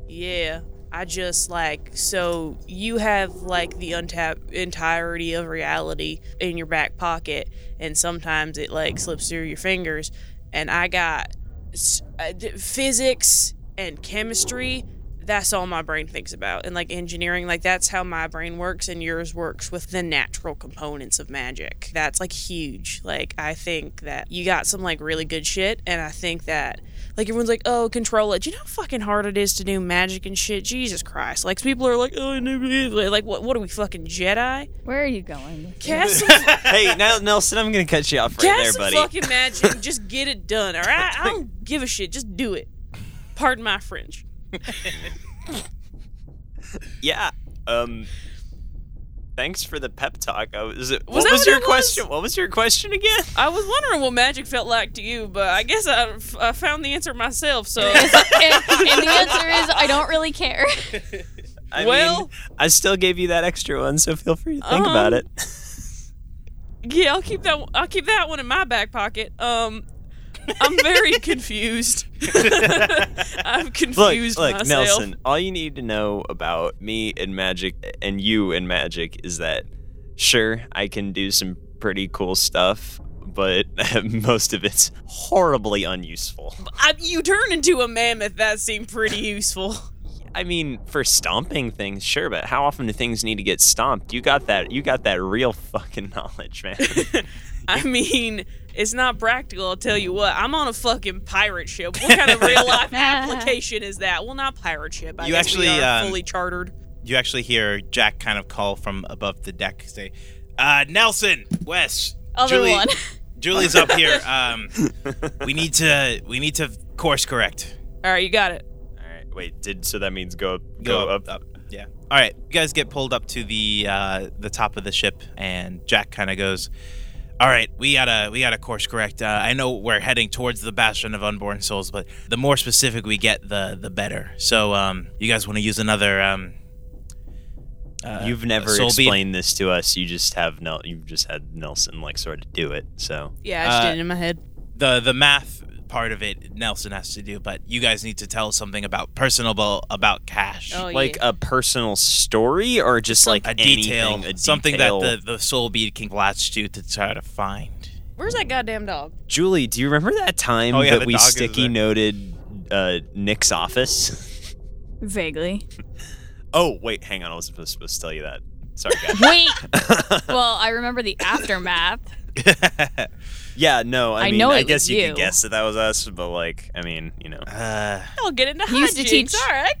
Yeah, I just like so you have like the untapped entirety of reality in your back pocket, and sometimes it like slips through your fingers. And I got s- uh, d- physics and chemistry. That's all my brain thinks about, and like engineering, like that's how my brain works, and yours works with the natural components of magic. That's like huge. Like I think that you got some like really good shit, and I think that like everyone's like, oh, control it. Do you know how fucking hard it is to do magic and shit? Jesus Christ! Like people are like, oh, I never did." like what? What are we fucking Jedi?
Where are you going? with
Cast some,
hey, now Nelson, I'm gonna cut you off right
cast
there,
some
buddy.
fucking magic. and Just get it done. All right, I don't give a shit. Just do it. Pardon my French.
Yeah. Um. Thanks for the pep talk. I was, what
that
was
what
your
it was?
question? What was your question again?
I was wondering what magic felt like to you, but I guess I, I found the answer myself.
[laughs]
So
and, and the answer is I don't really care. [laughs]
I
Well-
mean, I still gave you that extra one, so feel free to think
Um,
about it. [laughs]
yeah, I'll keep that. I'll keep that one in my back pocket. Um, I'm
[laughs]
very confused. I'm confused
look,
myself.
Nelson, all you need to know about me and magic and you and magic is that sure, I can do some pretty cool stuff, but [laughs] most of it's horribly unuseful.
I, you turn into a mammoth. That seemed pretty useful.
I mean, for stomping things, sure, but how often do things need to get stomped? You got that you got that real fucking [laughs] knowledge, man.
[laughs]
I mean, it's not practical. I'll tell you what. I'm on a fucking pirate ship. What kind of real
[laughs]
life application is that? Well, not pirate ship. I
You
guess
actually,
we are
um,
fully chartered.
You actually hear Jack kind of call from above the deck, say, uh, "Nelson, Wes,
Other
Julie,
one.
Julie's up
[laughs]
here. Um, we need to, we need to course correct.
All right, you got it.
all right, wait, did so that means go
Go, up, up, yeah. All right, you guys get pulled up to the uh, the top of the ship, and Jack kind of goes, "All right, we gotta, we gotta course correct. Uh, I know we're heading towards the Bastion of Unborn Souls, but the more specific we get, the the better. So, um, you guys want to use another, um, uh,
You've never
soul beam?
explained this to us. You just have Nel- you've just had Nelson like sort of do it. So
Yeah,
I just Uh, did
it in my head.
the the math part of it Nelson has to do, but you guys need to tell us something about personable about cash.
Oh,
like a personal story or just like
a
anything,
detail,
a
something
detail?
that the, the soul bead can latch to to try to find.
Where's that goddamn dog?
Julie, do you remember that time
Oh, yeah,
that
the
we
dog is
sticky
there.
noted uh, Nick's office?
Vaguely.
[laughs] Oh, wait, hang on. I was supposed, supposed to tell you that. Sorry, guys.
Wait. well, I remember the aftermath.
[laughs] yeah, no, I,
I
mean,
know
I
it
guess
was
you
you.
could guess that that was us, but like, I mean, you know.
Uh,
I'll get into
You used to
hijinks.
teach-
All right,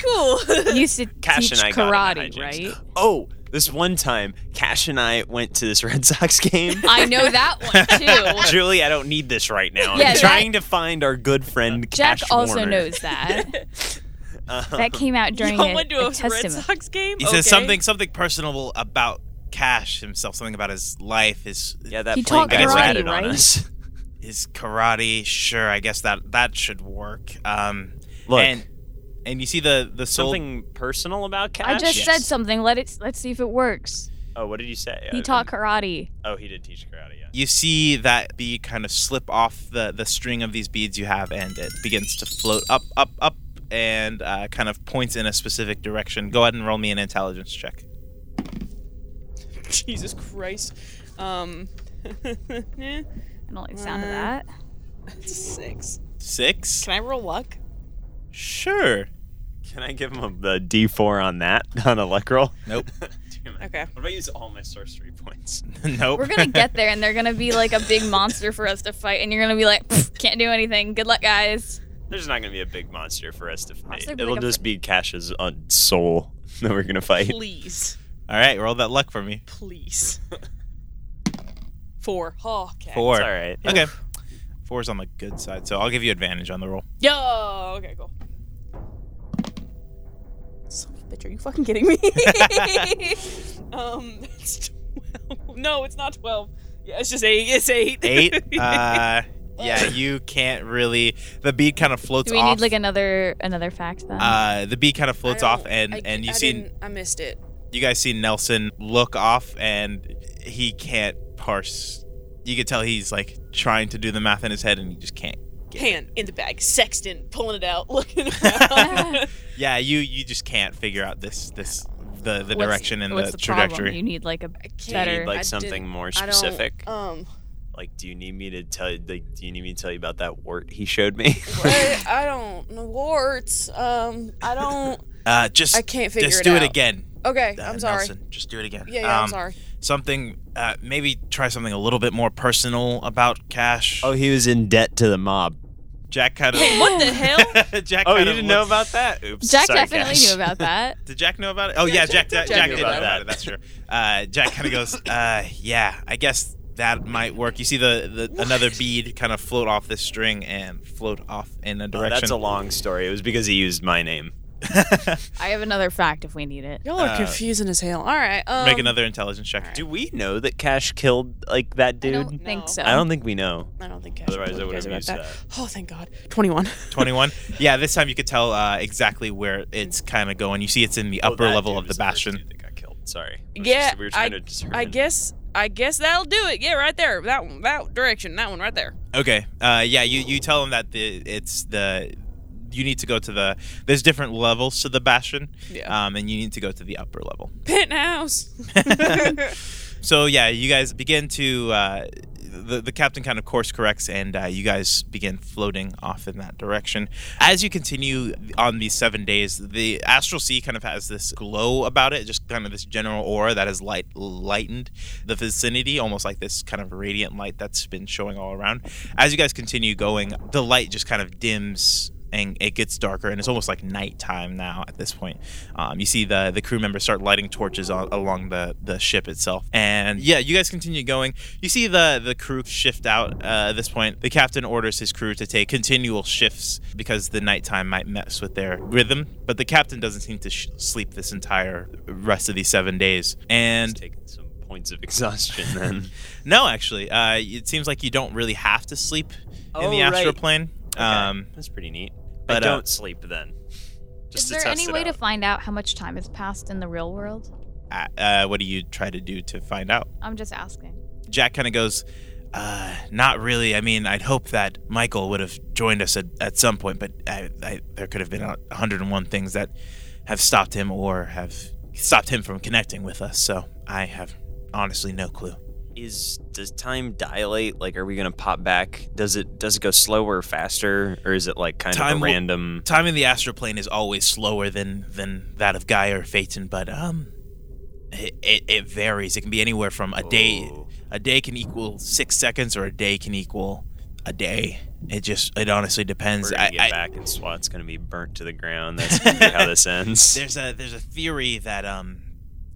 cool. [laughs]
Used to
Cash
teach
and I got into
karate, right?
hijinks. [gasps] [laughs] Oh, this one time, Cash and I went to this [laughs] Red Sox
[laughs]
game.
I know that one too.
Julie, I don't need this right now.
Yeah,
I'm
that-
trying to find our good friend
Jack
Cash
also
Warner.
knows that.
Uh,
That came out during
[laughs] Y'all
a,
went to
a
a Red
testament.
Sox game.
he
okay.
says something something personable about Cash himself, something about his life, his
yeah, that
He
plane
taught
guy
karate,
ratted on
right?
[laughs] us.
his karate. Sure, I guess that that should work. Um,
Look,
and and you see the the soul.
something personal about Cash?
I just
Yes.
said something. Let it. Let's see if it works.
Oh, what did you say?
He
Uh,
taught karate.
Oh, he did teach karate, yeah.
You see that bead kind of slip off the the string of these beads you have, and it begins to float up, up, up, and uh, kind of points in a specific direction. Go ahead and roll me an intelligence check.
[laughs] Jesus Christ. Um, [laughs] eh,
I don't like the sound of
Uh,
that.
that's a six.
Six.
Can I roll luck?
Sure.
Can I give him a, a D4 on that, [laughs] on a luck roll?
Nope. [laughs]
Damn it.
Okay.
What if I use all my sorcery points? [laughs]
nope.
We're gonna get there, and they're gonna be like a big monster for us to fight, and you're gonna be like, "Pfft, can't do anything. Good luck, guys.
There's not going to be a big monster for us to fight.
Honestly,
It'll
like a-
just be Cash's uh, soul [laughs] that we're going to fight.
Please,
[laughs] All right, roll that luck for me.
please. [laughs] Four. Oh, okay.
Four.
It's all right.
Okay. Four's on the good side, so I'll give you advantage on the roll.
Yo. Okay. Cool. Son of a bitch, are you fucking kidding me? [laughs] um, [laughs] that's twelve. No, it's not twelve. Yeah, it's just eight. It's eight. [laughs]
Eight. Uh, yeah, you can't really. The bead kind of floats
Do we
off.
need like another another fact then?
uh, the bead kind of floats
I
off,
don't-
and
I-
and you
I
see
didn't- I missed it.
you guys see Nelson look off and he can't parse. You could tell he's like trying to do the math in his head and he just can't. get it.
Hand in the bag, Sexton pulling it out, [laughs]
[laughs]
looking. around.
Yeah, you you just can't figure out this this the the
What's-
direction and
what's
the,
problem?
trajectory.
You need like a
I can't-
[laughs]
Better.
Need, like
I
something
didn't-
more
I don't-
specific.
uh,
Um,
Like, do you need me to tell? Like, do you need me to tell you about that wart he showed
[laughs]
me?
I, I don't know warts. Um, I [laughs] don't.
uh, just
I can't figure
just
it
do it
out.
again.
Okay,
uh,
I'm sorry.
Nelson, just do it again.
Yeah, yeah,
Um,
I'm sorry.
Something uh, maybe try something a little bit more personal about cash.
oh, he was in debt to the mob.
Jack kind [laughs] of
what the
[laughs]
hell?
Jack
Oh, you
kind of
didn't know
looks-
about that? Oops.
[laughs] Jack
sorry,
definitely
Cash.
knew
[laughs]
about that.
Did Jack know about it? Oh yeah, Jack. Jack, Jack,
Jack
did
knew
know
about
about it. That's true. Uh, Jack kind of goes, uh, "Yeah, I guess that might work." You see the, the another bead kind of float off this string and float off in a
Oh, that's
direction.
a long story. It was because he used my name.
I have another fact if we need it.
Y'all are
uh,
confusing as hell. All right. Um,
Make another intelligence check.
Do we know that Cash killed like that dude?
I don't think
No.
so.
I don't think we know.
I don't think. Cash
Otherwise,
told
I
you
would
guys
have
about
used
that.
that.
Oh, thank God. [laughs] Twenty-one.
[laughs] Twenty-one. Yeah, this time you could tell uh, exactly where it's kind of going. You see, it's in the
Oh,
upper
that
level
dude
of the
was first
bastion.
dude that got killed. Sorry. It was
Yeah,
just- we were
I,
trying to discern.
I guess. I guess that'll do it. Yeah, right there. That one. That direction. That one right there.
Okay. Uh, yeah, you, you tell them that the it's the you need to go to the there's different levels to the bastion.
Yeah.
Um, and you need to go to the upper level.
[laughs]
Penthouse. [laughs]
So yeah, you guys begin to uh, the the captain kind of course corrects, and uh, you guys begin floating off in that direction. As you continue on these seven days, the astral sea kind of has this glow about it, just kind of this general aura that has light lightened the vicinity, almost like this kind of radiant light that's been showing all around. As you guys continue going, the light just kind of dims and it gets darker and it's almost like nighttime now at this point um, you see the the crew members start lighting torches on, along the the ship itself and yeah you guys continue going you see the the crew shift out uh, at this point the captain orders his crew to take continual shifts because the nighttime might mess with their rhythm but the captain doesn't seem to sh- sleep this entire rest of these seven days
He's
and
taking some points of exhaustion
[laughs]
then.
no actually uh, it seems like you don't really have to sleep in the
Oh, right.
astral plane um,
Okay, that's pretty neat.
but,
I
uh,
don't sleep then. Just
Is
to
there
test
any
it
way to
out.
find out how much time has passed in the real world?
uh, uh, what do you try to do to find out
I'm just asking.
Jack kind of goes, uh, not really. I mean, I'd hope that Michael would have joined us at, at some point, but I, I, there could have been a 101 things that have stopped him or have stopped him from connecting with us. So I have honestly no clue.
is does time dilate? Like, are we gonna pop back? Does it does it go slower, or faster, or is it like kind
Time
of a
will-
random?
Time in the astral plane is always slower than than that of Gaia or Phaeton, but um, it, it, it varies. It can be anywhere from a day.
Oh.
A day can equal six seconds, or a day can equal a day. It just it honestly depends.
We're gonna
I-
get
I-
back, and SWAT's gonna be burnt to the
[laughs]
ground. That's gonna be how this ends.
there's a there's a theory that um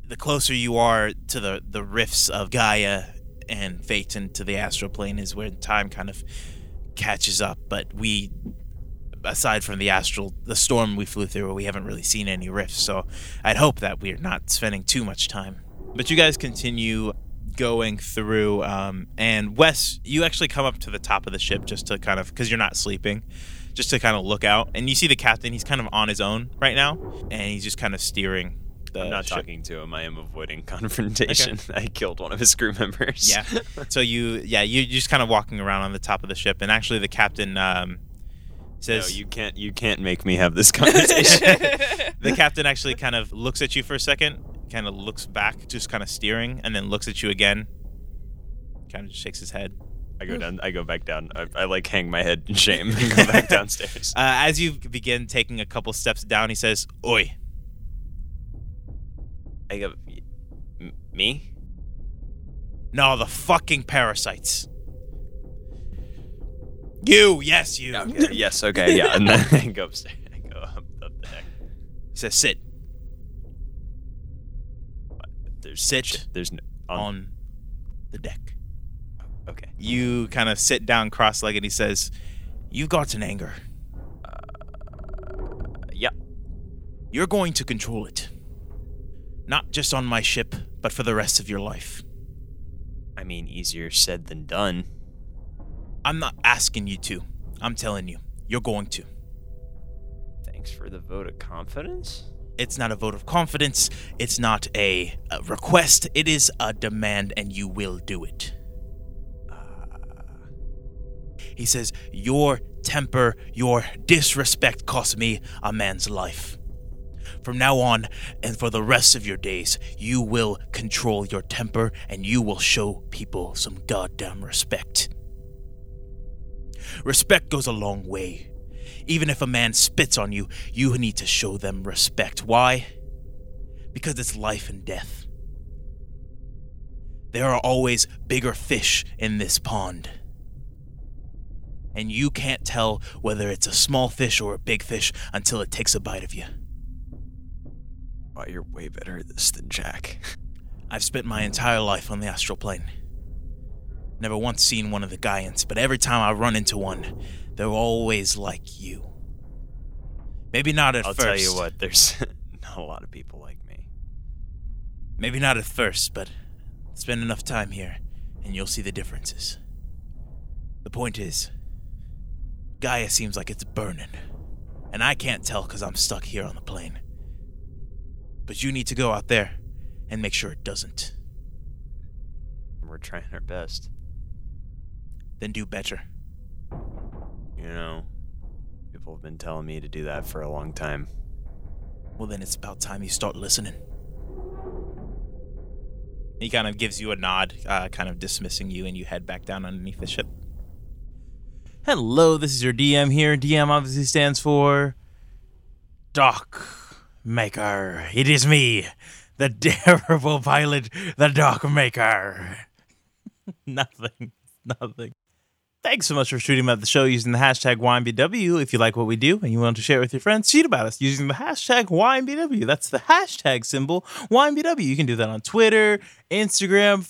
the closer you are to the the rifts of Gaia and Phaeton to the astral plane is where time kind of catches up but we aside from the astral the storm we flew through we haven't really seen any rifts so I'd hope that we're not spending too much time but you guys continue going through um, and Wes you actually come up to the top of the ship just to kind of because you're not sleeping just to kind of look out. And you see the captain; he's kind of on his own right now, and he's just kind of steering the.
I'm not
ship.
talking to him. I am avoiding confrontation. [laughs] I killed one of his crew members. [laughs]
Yeah. so you, yeah, you- you're just kind of walking around on the top of the ship, and actually the captain um,
No,
says
you can't. You can't make me have
[laughs]
this [laughs] conversation.
the captain actually kind of looks at you for a second, kind of looks back, just kind of steering, and then looks at you again. Kind of just shakes his head.
I go down. I go back down. I, I like hang my head in shame
[laughs]
and go back downstairs.
Uh, as you begin taking a couple steps down, he says, "Oi."
I go. "M- Me?
No, the fucking parasites. You, yes, you.
Okay, yes. Okay.
[laughs]
Yeah. And then I go upstairs. I go up, up the deck.
He says, sit
There's
Sit.
There's no, on.
on the deck.
Okay.
You kind of sit down cross legged. He says, You've got an anger.
Uh, Yeah.
You're going to control it. Not just on my ship, but for the rest of your life.
I mean, easier said than done.
I'm not asking you to. I'm telling you, you're going to.
Thanks for the vote of confidence.
It's not a vote of confidence. It's not a, a request. It is a demand, and you will do it. Uh, He says, Your temper, your disrespect cost me a man's life. From now on, and for the rest of your days, you will control your temper and you will show people some goddamn respect. Respect goes a long way. Even if a man spits on you, you need to show them respect. Why? Because it's life and death. There are always bigger fish in this pond. And you can't tell whether it's a small fish or a big fish until it takes a bite of you.
Oh, you're way better at this than Jack. [laughs]
I've spent my entire life on the astral plane. Never once seen one of the Gaians, but every time I run into one, they're always like you. Maybe not at
I'll
first.
tell you what. There's [laughs] not a lot of people like me.
Maybe not at first, but spend enough time here and you'll see the differences. The point is, Gaia seems like it's burning, and I can't tell because I'm stuck here on the plane. But you need to go out there and make sure it doesn't.
We're trying our best.
Then do better.
You know, people have been telling me to do that for a long time.
Well, then it's about time you start listening. He kind of gives you a nod, uh, kind of dismissing you, and you head back down underneath the ship. Hello, this is your DM here. DM obviously stands for Doc Maker. It is me, the [laughs] terrible pilot, the Doc Maker. [laughs] nothing, nothing. Thanks so much for shooting about the show using the hashtag YMBW. If you like what we do and you want to share it with your friends, tweet about us using the hashtag YMBW. That's the hashtag symbol YMBW. You can do that on Twitter, Instagram.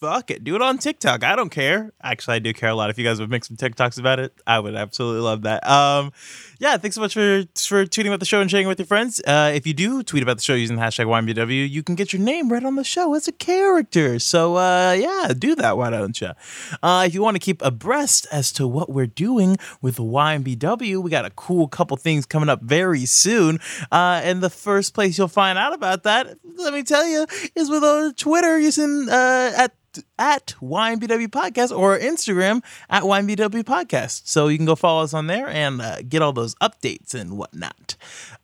Fuck it. Do it on TikTok. I don't care. Actually, I do care a lot. If you guys would make some TikToks about it, I would absolutely love that. Um, yeah, thanks so much for for tweeting about the show and sharing it with your friends. Uh, if you do tweet about the show using the hashtag YMBW, you can get your name read on the show as a character. So uh, yeah, do that. Why don't you? Uh, if you want to keep abreast as to what we're doing with the YMBW, we got a cool couple things coming up very soon. Uh, and the first place you'll find out about that, let me tell you, is with our Twitter using uh, at at YMBW Podcast or Instagram at YMBW Podcast. So you can go follow us on there and uh, get all those updates and whatnot.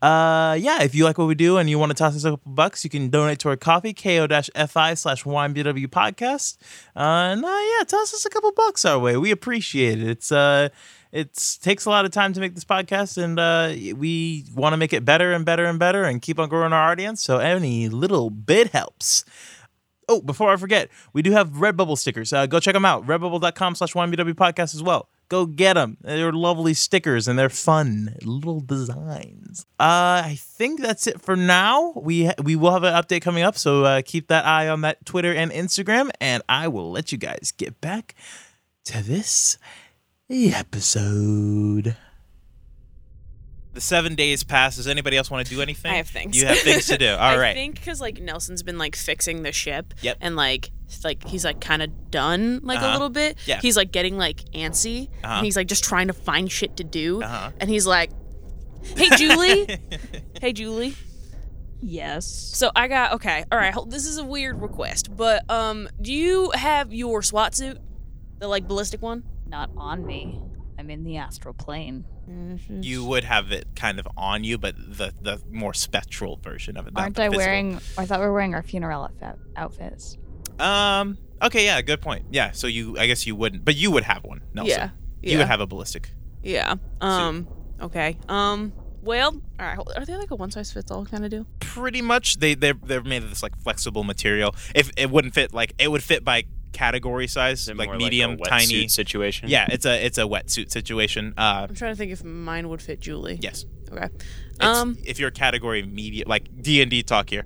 Uh, yeah, if you like what we do and you want to toss us a couple bucks, you can donate to our coffee, ko-fi slash YMBW Podcast. Uh, and uh, yeah, toss us a couple bucks our way. We appreciate it. It's uh, it takes a lot of time to make this podcast and uh, we want to make it better and better and better and keep on growing our audience so any little bit helps oh before i forget we do have redbubble stickers uh, go check them out redbubble.com slash ynbw podcast as well go get them they're lovely stickers and they're fun little designs uh, i think that's it for now we ha- we will have an update coming up so uh, keep that eye on that twitter and instagram and i will let you guys get back to this episode.
The seven days pass. Does anybody else want to do anything?
I have things.
You have things to do.
[laughs]
All right.
I think because like Nelson's been like fixing the ship.
Yep.
And like s- like he's like kind of done like a
Uh-huh.
little bit.
Yeah.
He's like getting like antsy.
Uh-huh.
And he's like just trying to find shit to do.
Uh-huh.
And he's like, Hey
[laughs]
Julie. hey Julie.
Yes.
So I got okay. All right. hold- This is a weird request, but um, do you have your SWAT suit, the like ballistic one?
Not on me. I'm in the astral plane.
you would have it kind of on you, but the the more spectral version of it. not
Aren't
the
I
physical.
wearing? I thought we were wearing our funeral outfit, outfits.
Um. Okay. Yeah. Good point. Yeah. So you, I guess you wouldn't, but you would have one. Nelson.
Yeah.
You
Yeah.
would have a ballistic.
Yeah. Um. Okay. Um. Well. All right. hold- Are they like a one size fits all kind of deal?
Pretty much, they they're they're made of this like flexible material. If it wouldn't fit, like it would fit by category size,
Is it
like
more
medium,
like a wetsuit
tiny.
situation.
Yeah. It's a it's a wetsuit situation. Uh.
I'm trying to think if mine would fit Julie.
Yes.
Okay.
It's-
Um.
if you're category medium, like D and D talk here,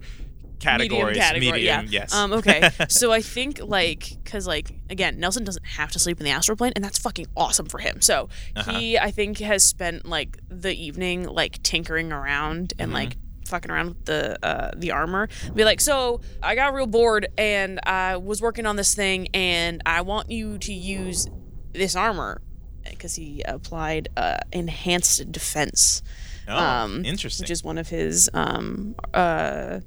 categories,
Medium category, yeah.
yes.
Um,
[laughs]
okay, so I think like, cause like again, Nelson doesn't have to sleep in the astral plane, and that's fucking awesome for him. So
Uh-huh.
he, I think, has spent like the evening like tinkering around
Mm-hmm.
and like fucking around with the uh, the armor. Be like, so I got real bored and I was working on this thing, and I want you to use this armor because he applied uh, enhanced defense
oh,
um,
interesting.
which is one of his um, uh,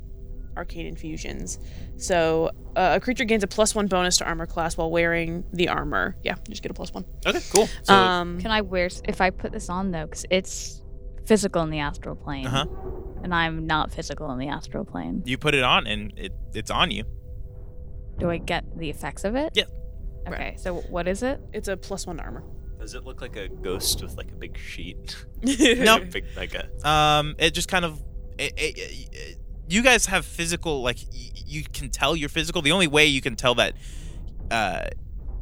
arcane infusions. So uh, a creature gains a plus one bonus to armor class while wearing the armor. Yeah, just get a plus one.
okay, cool. So,
um,
Can I wear? s- If I put this on though, because it's physical in the astral plane,
Uh-huh.
and I'm not physical in the astral plane.
you put it on, and it it's on you.
Do I get the effects of it?
Yeah.
Okay.
Right.
So what is it?
it's a plus one to armor.
Does it look like a ghost with like a big sheet? [laughs]
no.
big, like a
Um, it just kind of, it, it, it- it- you guys have physical. Like y- you can tell you're physical. The only way you can tell that. Uh,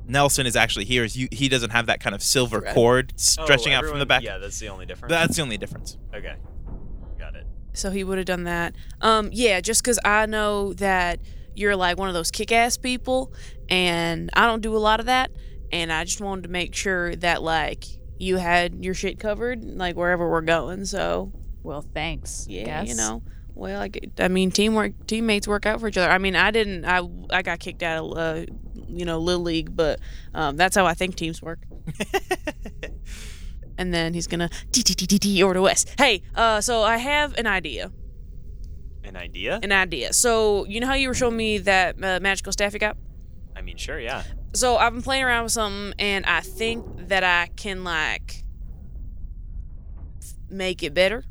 Nelson is actually here. Is you, he doesn't have that kind of silver
Thread.
cord stretching out from the back.
Oh, Yeah, that's the only difference.
That's the only
[laughs]
difference.
okay. Got it.
[laughs] So he would have done that. Um, yeah, just because I know that you're like one of those kick ass people, and I don't do a lot of that. And I just wanted to make sure that like you had your shit covered, like wherever we're going. So
Well, thanks.
yeah, you
guess.
know. Well, I, get- I mean, teamwork, teammates work out for each other. I mean, I didn't, I, I got kicked out of, uh, you know, little league, but um, that's how I think teams work. and then he's gonna dee dee dee dee dee over to Wes. Hey, uh, so I have an idea,
An idea?
an idea. So you know how you were showing me that uh, magical staff you got?
I mean, sure, yeah.
So I've been playing around with something, and I think that I can like f- make it better.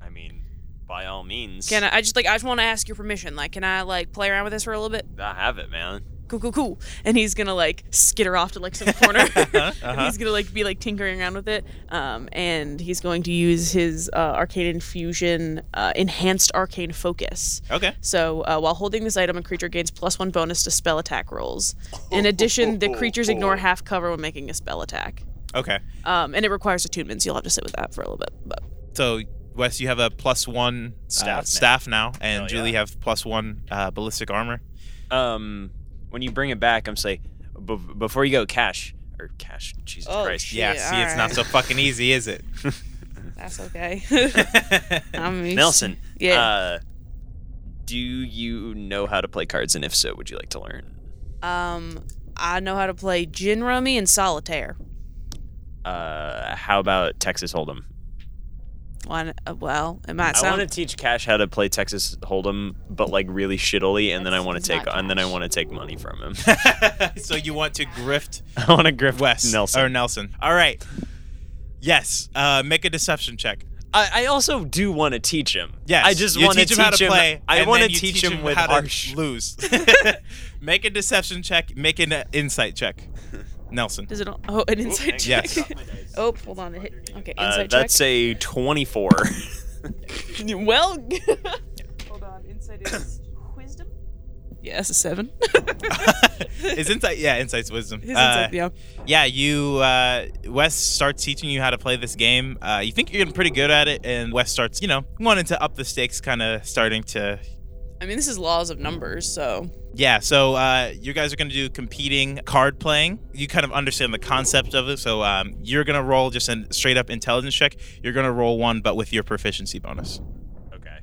I mean, by all means.
Can I, I just like I just want to ask your permission. Like, can I like play around with this for a little bit?
I have it, man.
cool, cool, cool. And he's gonna like skitter off to like some corner.
[laughs] Uh-huh.
[laughs]
and [laughs]
Uh-huh.
he's gonna like be like tinkering around with it. Um, and he's going to use his uh, arcane infusion, uh, enhanced arcane focus.
Okay.
So uh, while holding this item, a creature gains plus one bonus to spell attack rolls. In addition, the creatures
[laughs]
ignore half cover when making a spell attack.
Okay.
Um, and it requires attunement, so you'll have to sit with that for a little bit. But
So Wes, you have a plus one uh,
Staff now.
staff now, and
Hell
Julie
yeah.
have plus one uh, ballistic armor.
Um, when you bring it back, I'm say, b- before you go, cash or cash, Jesus
Oh,
Christ.
shit.
Yeah,
Yeah,
see, it's not
alright.
so fucking easy, is [laughs] it?
that's
[laughs]
okay. [laughs] I'm used-
Nelson.
Yeah.
Uh, do you know how to play cards, and if so, would you like to learn?
Um, I know how to play gin rummy and solitaire.
Uh, how about Texas Hold'em?
One, uh, well, it might
I
sound.
want to teach Cash how to play Texas Hold'em, but like really shittily, and then I
That's-
want
he's
to take uh,
not
and then I
Cash.
want to take money from him. [laughs]
so you want to grift
I want to grift
West
Nelson.
or Nelson? All right. Yes. Uh, make a deception check.
I, I also do want to teach him.
Yes.
I just
you
want to
teach him how to play.
I
and
want to
then you
teach him with
how to
harsh.
[laughs]
[laughs]
lose. make a deception check. Make an uh, insight check. Nelson.
Is it a- oh an insight check?
Yes.
[laughs] Oh, hold on. it hit- Okay,
Uh,
insight
that's
check.
a [laughs] 24.
[laughs] Well, hold on. Insight is wisdom. Yes, a seven. [laughs]
[laughs] Is insight? Yeah, insight's wisdom.
His
Uh,
insight, yeah.
Yeah, you uh, Wes starts teaching you how to play this game. Uh, you think you're getting pretty good at it, and Wes starts, you know, wanting to up the stakes, kind of starting to.
I mean, this is laws of numbers, so
Yeah, so uh, you guys are going to do competing card playing. You kind of understand the concept of it, so um, you're going to roll just a straight up intelligence check. You're going to roll one, but with your proficiency bonus.
okay.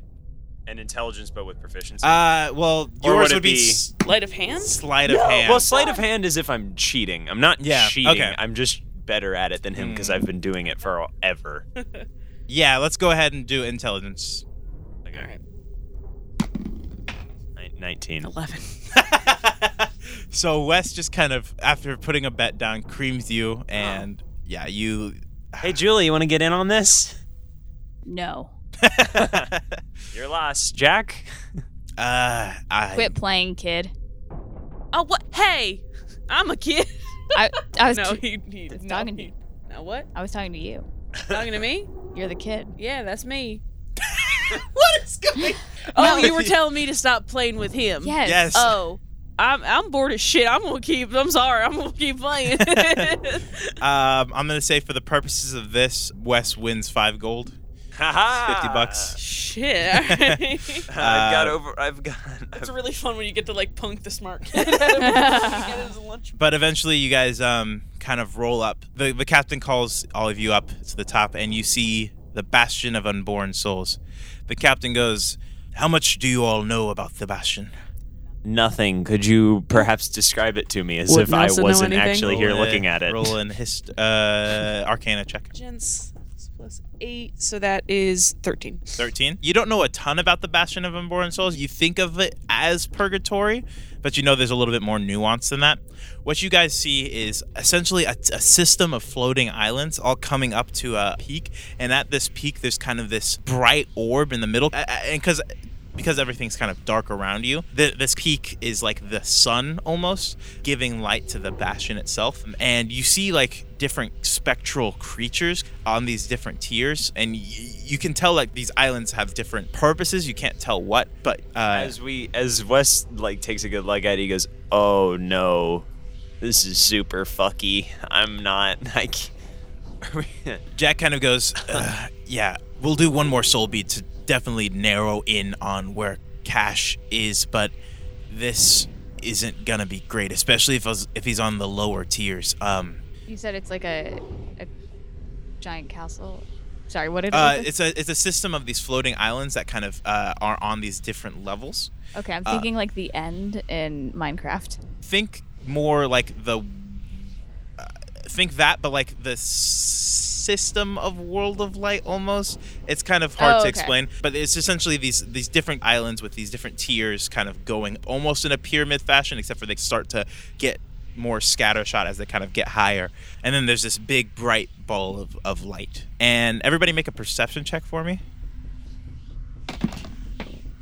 And intelligence, but with proficiency.
Uh, well,
Or
yours
would it
would be,
be-
s-
light of hands.
sleight of hand.
well, sleight of hand is if I'm cheating. I'm not
Yeah,
cheating.
okay.
I'm just better at it than him because I've been doing it forever.
yeah, let's go ahead and do intelligence.
Okay.
right.
Nin- 19.
Eleven.
so Wes just kind of, after putting a bet down, creams you, and yeah, you.
Hey, Julie, you want to get in on this?
No.
You're lost, Jack.
Uh, I, [laughs]
Quit playing, kid.
Oh what? Hey, I'm a kid.
I, I was
No,
ki-
he, he
It's
no,
talking to
he-
you.
Now what?
I was talking to you.
Talking to me?
You're the kid.
Yeah, that's me.
What is going?
Oh, you were telling me to stop playing with him.
Yes.
Yes.
Oh, I'm I'm bored as shit. I'm gonna keep. I'm sorry. I'm gonna keep playing. [laughs]
Um, I'm gonna say for the purposes of this, Wes wins five gold.
Haha.
bucks.
shit. [laughs] alright.
I've got over. I've got.
It's really fun when you get to like punk the smart kid. [laughs] Get his lunch.
But eventually, you guys um kind of roll up. The the captain calls all of you up to the top, and you see the Bastion of Unborn Souls. The captain goes, "How much do you all know about the Bastion?"
Nothing. Could you perhaps describe it to me as
Would
if I
Nelson know
wasn't
anything?
actually here
Roll a-
looking at it?
Roll an hist-
[laughs]
uh, Arcana check.
Gents it's plus eight, so that is thirteen.
13. You don't know a ton about the Bastion of Unborn Souls. You think of it as purgatory, but you know there's a little bit more nuance than that. What you guys see is essentially a, a system of floating islands all coming up to a peak, and at this peak, there's kind of this bright orb in the middle. A- a- And because because everything's kind of dark around you, th- this peak is like the sun almost giving light to the bastion itself. And you see like different spectral creatures on these different tiers, and y- you can tell like these islands have different purposes. You can't tell what, but uh,
As we, as Wes like takes a good look at it, he goes, "Oh no, this is super fucky. I'm not. [laughs] I can't."
Jack kind of goes, "Ugh, "Yeah, we'll do one more soul beat to definitely narrow in on where Cash is, but this isn't gonna be great, especially if I was, if he's on the lower tiers." Um,
You said it's like a, a giant castle. Sorry, what did
uh,
it
it's a it's a system of these floating islands that kind of uh, are on these different levels.
Okay, I'm thinking like the end in Minecraft.
Think more like the uh, think that, but like the s- system of World of Light almost. It's kind of hard
Oh,
to
okay.
explain, but it's essentially these these different islands with these different tiers, kind of going almost in a pyramid fashion, except for they start to get more scattershot as they kind of get higher. And then there's this big bright ball of, of light. And everybody make a perception check for me.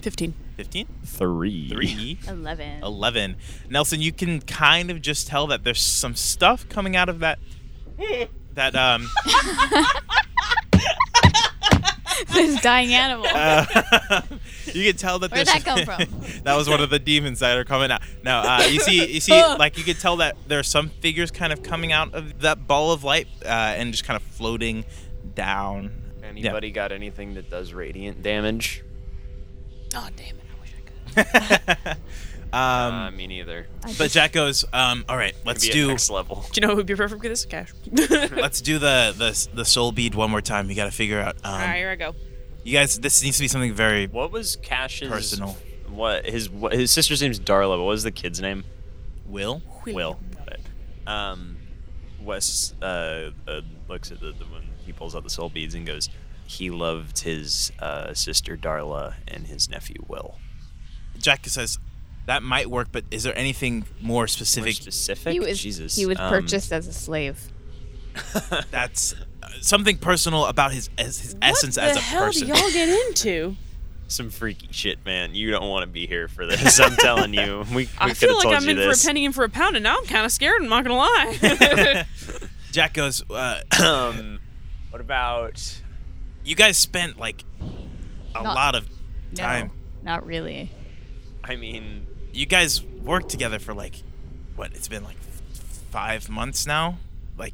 Fifteen.
15?
Three.
Three.
Eleven.
11. Nelson, you can kind of just tell that there's some stuff coming out of
[laughs]
that. That, um.
[laughs] this dying animal.
uh, [laughs] you can tell that
Where'd
there's- [laughs]
that come from?
that was one of the demons that are coming out. No, uh, you see, you see, like, you can tell that there are some figures kind of coming out of that ball of light uh, and just kind of floating down.
Anybody got anything that does radiant damage?
Oh damn it! I wish I could.
[laughs] um,
uh, me neither.
but Jack goes, um, all right, let's
Maybe at
do.
next level. [laughs]
Do you know who would be perfect for this? [laughs] Cash.
Let's do the, the the soul bead one more time. You got to figure out. Um,
All right, here I go.
You guys, this needs to be something very
What was Cash's
Personal.
What his what, his sister's name's Darla. What was the kid's name?
will.
Will.
Will. Got it. Um, Wes uh, uh, looks at the, the when he pulls out the soul beads and goes, he loved his uh, sister Darla and his nephew Will.
Jack says that might work, but is there anything more specific?
More specific?
He was
Jesus.
he was
um,
purchased as a slave.
that's uh, something personal about his as his essence
what
as
the
a
hell
person.
do
[laughs]
y'all get into?
some freaky shit, man. You don't want to be here for this. I'm
[laughs]
telling you. We, we
I
could
feel
have
like
told
I'm
you
in
this.
for a penny and for a pound, and now I'm kind of scared. I'm not gonna [laughs]
[laughs]
lie.
Jack goes, uh,
[laughs]
[clears throat]
Um, what about?
"You guys spent like a
Not-
lot of
No,
time.
not really.
I mean,
You guys worked together for like what? It's been like f- five months now. Like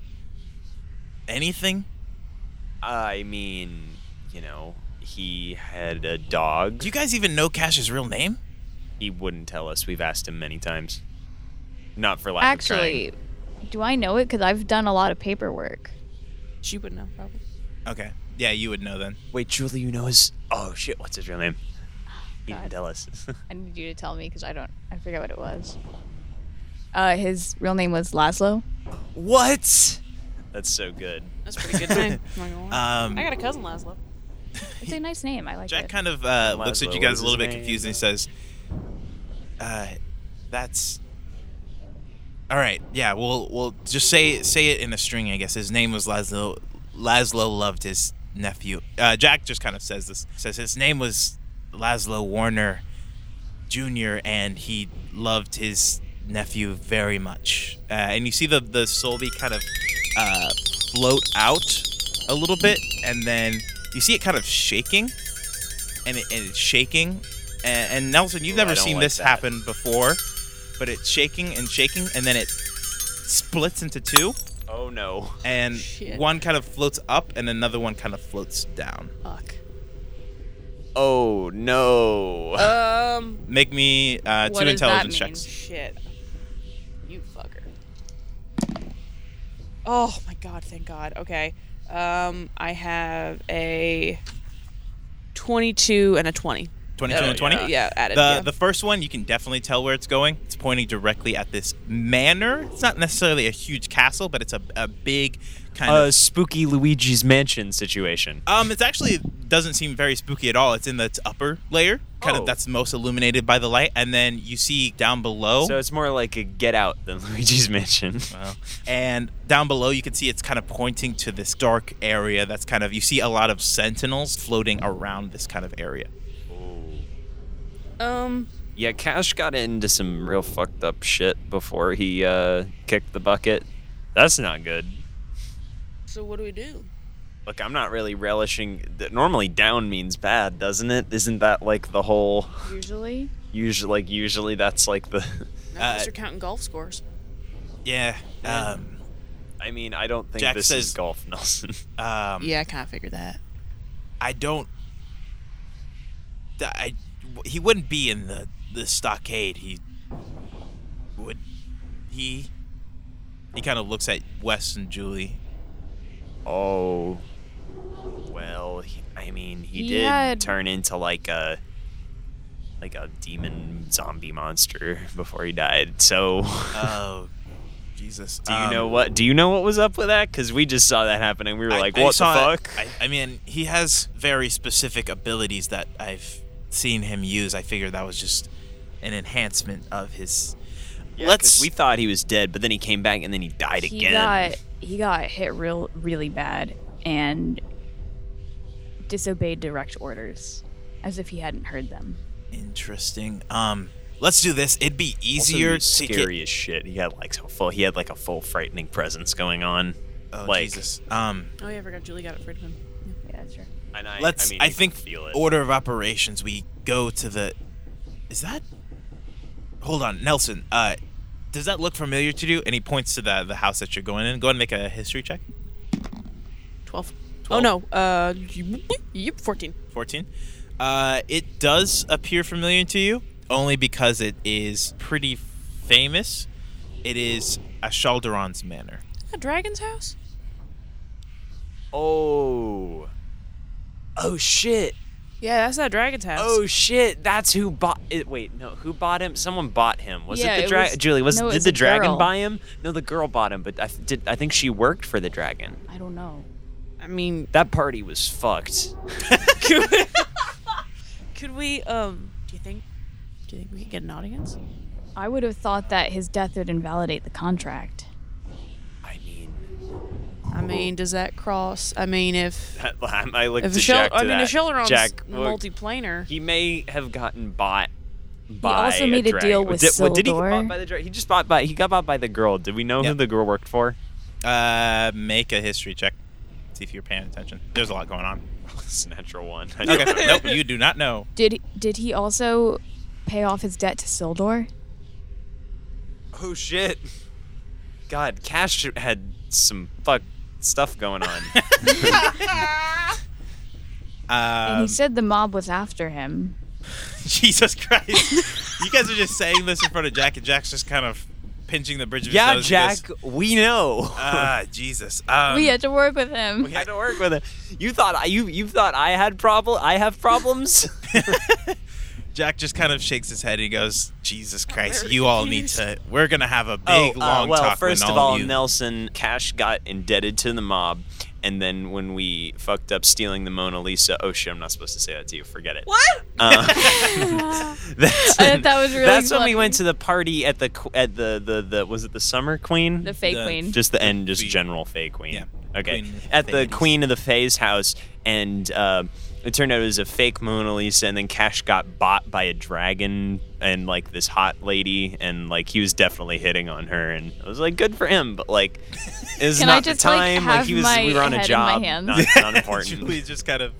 anything?
I mean, you know, he had a dog.
Do you guys even know Cash's real name?
He wouldn't tell us. We've asked him many times. Not for lack of trying.
Actually, do I know it? Because I've done a lot of paperwork.
she would know probably.
Okay, yeah, you would know then.
Wait, Julie, you know his? Oh shit, what's his real name? He didn't
God.
tell us. [laughs]
I need you to tell me because I don't. I forget what it was. Uh, his real name was Laszlo.
what? That's so good.
That's a pretty good name. I'm not gonna lie.
[laughs] Um,
I got a cousin Laszlo.
It's a nice name. I like
Jack
it.
kind of uh,
Might
looks
as
at you
well.
guys a
What
little
was
bit
his
confused and he
name?
says, uh, "That's all right. Yeah, we'll we'll just say say it in a string. I guess his name was Laszlo. Laszlo loved his nephew. Uh, Jack just kind of says this. Says his name was Laszlo Warner Jr. and he loved his nephew very much. Uh, and you see the the Solby kind of uh, float out a little bit, and then you see it kind of shaking, and, it, and it's shaking. And, and Nelson, you've
Ooh, I
never
don't
seen
like
this
that.
happen before, but it's shaking and shaking, and then it splits into two,
Oh no.
and
Shit.
one kind of floats up, and another one kind of floats down.
Fuck.
Oh no.
Um.
Make me uh,
What
two
does that
intelligence
mean?
checks.
Shit. You fucker. Oh my god, thank god. Okay. Um I have a 22 and a 20.
22
Uh,
and 20?
uh, yeah, added.
The,
yeah.
the first one, you can definitely tell where it's going. It's pointing directly at this manor. It's not necessarily a huge castle, but it's a, a big kind
A
of.
spooky Luigi's Mansion situation.
Um, it's actually doesn't seem very spooky at all. It's in the t- upper layer, kind
Oh.
of that's most illuminated by the light, and then you see down below.
So it's more like a Get Out than [laughs] Luigi's Mansion.
Wow. And down below, you can see it's kind of pointing to this dark area. That's kind of you see a lot of sentinels floating around this kind of area.
um
Yeah, Cash got into some real fucked up shit before he uh, kicked the bucket. That's not good.
so what do we do?
Look, I'm not really relishing. th- Normally, down means bad, doesn't it? Isn't that like the whole
usually.
usually? Like usually, that's like the.
Now
Uh,
unless you're counting golf scores.
Yeah. Um.
I mean, I don't think
Jack
this is
says-
golf, Nelson. [laughs]
um
Yeah, I kind of figured that.
I don't. th- I, he wouldn't be in the, the stockade. He would. He. He kind of looks at Wes and
[laughs]
Julie.
oh, well, he- I mean, he,
He
did
had-
turn into like a like a demon zombie monster before he died. So.
Oh, Jesus. Um,
Do you know what? Do you know what was up with that? Because we just saw that happen and we were like, "What the fuck?"
I, I mean, he has very specific abilities that I've seen him use. I figured that was just an enhancement of his.
Yeah, 'cause
let's.
We thought he was dead, but then he came back and then he died
he
again.
got he got hit real really bad and disobeyed direct orders as if he hadn't heard them.
interesting. Um, let's do this. It'd be
Also, he
easier
was
to get
scary as shit. He had like so full. He had like a full frightening presence going on.
Oh
like,
Jesus. Um,
Oh yeah, I forgot Julie got it for him.
Yeah, that's true.
And I,
let's. I,
I, mean, you could
think
feel it.
order of operations. We go to the. Is that? Hold on, Nelson. Uh, does that look familiar to you? And he points to the the house that you're going in. Go ahead and make a history check.
12. Oh
12.
no, uh yep, 14.
Fourteen. Uh, it does appear familiar to you only because it is pretty famous. It is a Shaldaron's manor.
A dragon's house?
oh, oh shit,
Yeah, that's that dragon's house.
oh shit. That's who bought it. Wait, no, who bought him? Someone bought him. Was it
Yeah,
the
it was-
dragon? Julie, was
no, it
did
was
the
a
dragon
girl.
buy him? No, the girl bought him, but I th- did. I think she worked for the dragon.
I don't know.
I mean,
That party was fucked.
could we, could we, um, do you think, do you think we could get an audience?
I would have thought that his death would invalidate the contract.
I mean,
I mean, does that cross? I mean, if
I, [laughs] I looked
if
to
a shell,
Jack to
I mean,
that.
a Shellron's
Jack, look,
multiplaner.
he may have gotten bought by
also made a
dragon.
deal with
did, well, did he get
Sildor.
bought by the dragon? He just bought by. He got bought by the girl. Did we know
Yeah.
who the girl worked for? [laughs]
Uh, make a history check. See if you're paying attention. There's a lot going on.
it's a natural one.
Okay.
[laughs]
nope, you do not know.
Did did he also pay off his debt to Sildor?
Oh shit! God, Cash had some fuck stuff
[laughs]
going on.
And
Um,
he said the mob was after him.
[laughs] Jesus Christ! you guys are just saying this in front of Jack, and Jack's just kind of pinching the bridge of
yeah,
his nose. and
Jack,
goes,
we know.
Ah, Jesus. Um,
we had to work with
[laughs]
him.
we had to work with it. You thought I you you thought I had problem. I have
[laughs]
problems.
[laughs] Jack just kind of shakes his head and he goes, "Jesus Christ, you all need to. We're gonna have a big
uh,
long
well,
talk
first
when
of
all
all,
you." [laughs]
Nelson Cash got indebted to the mob, and then when we fucked up stealing the Mona Lisa, oh shit, I'm not supposed to say that to you. Forget it. What?
[laughs]
[laughs] that's
I thought that was really
that's when we
funny.
went to the party at the qu- at the the, the was it the Summer Queen?
[laughs] The fake
The-
queen.
just the end, just
Queen.
general Fey Queen.
Yeah,
Okay.
Queen of
At the
Fey's.
Queen of the Fays house, and uh, it turned out it was a fake Mona Lisa, and then Cash got bought by a dragon and like this hot lady, and like he was definitely hitting on her, and I was like, good for him, but like, it's
Can I
not the
just, like,
time.
have
he was,
my
we were on
head
a
in
job.
my hands?
Not, [laughs] not important.
Julie's just kind of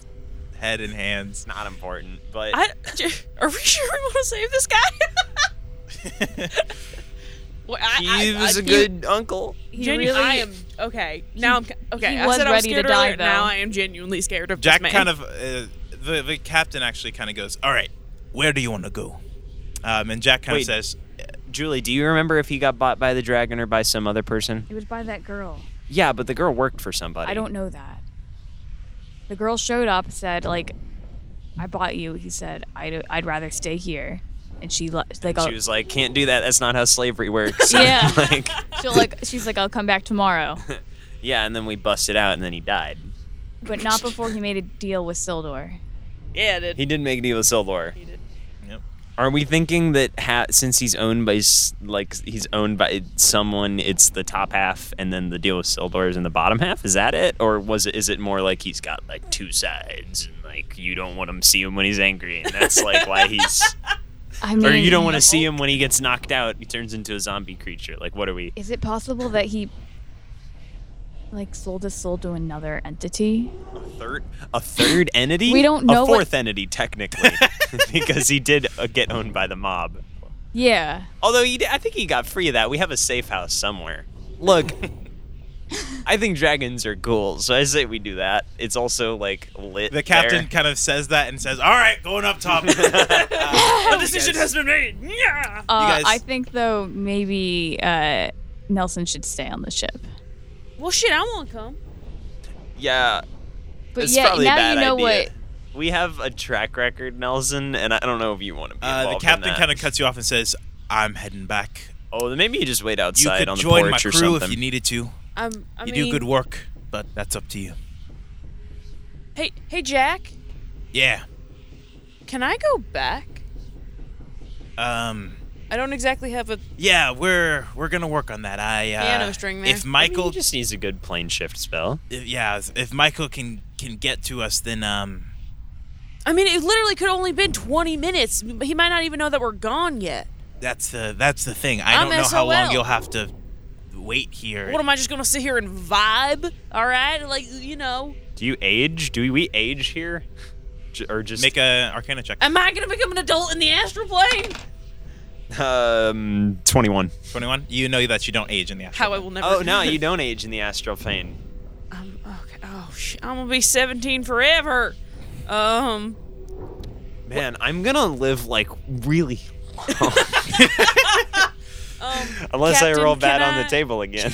head in hands.
not important. But
I, [laughs] are we sure we want to save this guy?
[laughs]
well, I,
he was a good uncle.
he
Genu-
really
I am okay. Now I'm okay.
he
I
was
said I was
ready to
scared
die,
earlier. Now
though.
I am genuinely scared of
Jack
this man.
kind of, uh, the the captain actually kind of goes, "All right, where do you want to go?" Um, and Jack kind
Wait.
of says,
Julie, do you remember if he got bought by the dragon or by some other person?
It was by that girl.
Yeah, but the girl worked for somebody.
I don't know that. The girl showed up, said like, "I bought you." He said, "I'd I'd rather stay here," and she le- like,
And she
"I'll-
was like, "Can't do that. That's not how slavery works." [laughs]
[laughs] Yeah.
like, [laughs]
she'll like she's like, "I'll come back tomorrow,"
yeah. And then we busted out, and then he died.
but not before he made a deal with Sildor.
yeah, dude.
He did make a deal with Sildor.
Yep.
Are we thinking that ha- since he's owned by s- like he's owned by someone, it's the top half, and then the deal with Sildor is in the bottom half? Is that it, or was it? Is it more like he's got like two sides, and like you don't want him to see him when he's angry, and that's like why he's,
[laughs] I mean,
or you don't want to see him when he gets knocked out, he turns into a zombie creature. Like, what are we?
Is it possible that he like sold his soul to another entity?
third a third entity
We don't know
a
what-
fourth entity
[laughs]
technically because he did uh, get owned by the mob
Yeah.
although he did, i think he got free of that we have a safe house somewhere
[laughs]
look i think dragons are cool so i say we do that it's also like lit
"The captain
there.
kind of says that and says, "All right, going up
[laughs]
top."
The decision has been made. Yeah.
Uh,
guys-
I think though maybe uh, Nelson should stay on the ship.
Well, shit. I won't come.
yeah
But
it's
yeah,
probably a
now
bad
you know
idea.
what
we have a track record nelson and i don't know if you want to be
uh, the
involved in
captain
that.
kind of cuts you off and says, "I'm heading back.
oh then maybe you just wait
You
outside
could
on the
join
porch
my crew
or something
if you needed to.
Um, I
you
mean,
do good work, but that's up to you."
Hey, hey, Jack.
Yeah.
Can I go back?
Um.
I don't exactly have a.
Yeah, we're we're gonna work on that. I uh,
Piano string there.
If
I mean,
Michael,
he just needs a good plane shift spell
if- yeah, if- if Michael can can get to us, then um,
I mean, it literally could only been 20 minutes. He might not even know that we're gone yet.
that's the that's the thing. I
I'm
don't know how long
SOL.
you'll have to wait here.
What am I just gonna sit here and vibe? All right, like you know,
Do you age? Do we age here? J- or just
Make a Arcana check.
am I gonna become an adult in the astral plane?
um 21.
Twenty-one. You know that you don't age in the actual.
How I will never.
Oh no, you don't age in the astral plane.
Um, okay. Oh, sh- I'm gonna be 17 forever. Um,
Man, I'm gonna live like really. long.
[laughs] um,
Unless
Captain,
I roll bad
can
on
I-
the table again.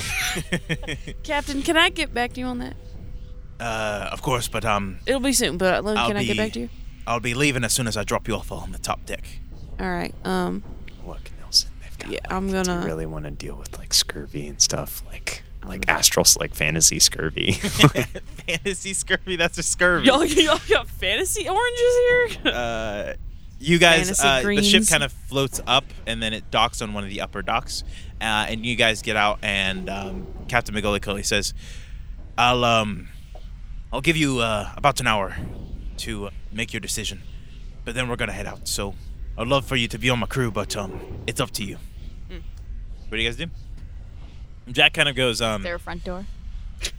Captain, can I get back to you on that?
[laughs] uh, of course, but um,
It'll be soon, but uh,
I'll
can I
be-
get back to you?
I'll be leaving as soon as I drop you off on the top deck.
All right. Um,
Look, Nelson, they've got.
yeah, I'm
Do you
gonna.
really want to deal with like scurvy and stuff? Like, like astral, like
[laughs]
fantasy scurvy. [laughs]
[laughs] Fantasy scurvy. That's a
[laughs]
scurvy.
Y'all, y'all got fantasy oranges here?
Uh, you guys,
Fantasy
uh, the ship
greens.
kind of floats up and then it docks on one of the upper docks, uh, and you guys get out. And um, Captain McGillicuddy says, "I'll um, I'll give you uh, about an hour to make your decision, but then we're gonna head out. So I'd love for you to be on my crew, but um, it's up to you. What do you guys do?" Jack kind of goes, um,
Their front door.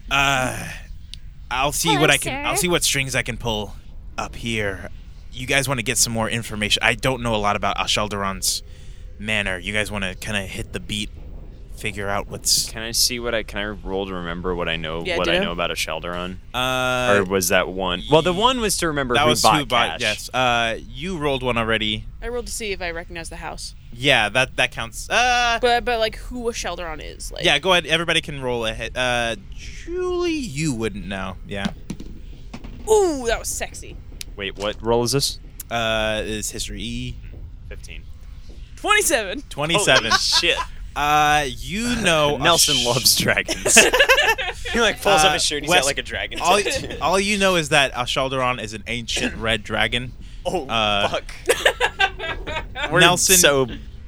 uh, I'll see what I can. I'll
sir.
see what strings I can pull up here. You guys want to get some more information? I don't know a lot about Ashaldaron's manor. You guys want to kind of hit the beat, figure out what's.
Can I see what I can I roll to remember what I know
Yeah,
what I
do.
know about a Shelderon?
Uh,
or was that one? Well, the one was to remember
that
who
was
bought
who bought.
Cash.
Yes. Uh, you rolled one already.
[laughs] I rolled to see if I recognize the house.
Yeah, that that counts. Uh,
But but like who a Shelderon is. Like
yeah. Go ahead. Everybody can roll ahead. Uh, Julie, you wouldn't know. Yeah.
Ooh, that was sexy.
Wait, what roll is this?
Uh, is history
Fifteen. Oh,
Twenty seven.
twenty-seven.
[laughs] Shit.
uh, you know
[laughs] Oh, Nelson
Ash-
loves [laughs] dragons. Uh, he like
pulls up his shirt, he's got, like,
a dragon.
all,
[laughs]
all you know is that Ashaldaron is an ancient red dragon.
oh
uh,
fuck. [laughs] we're
Nelson-
so.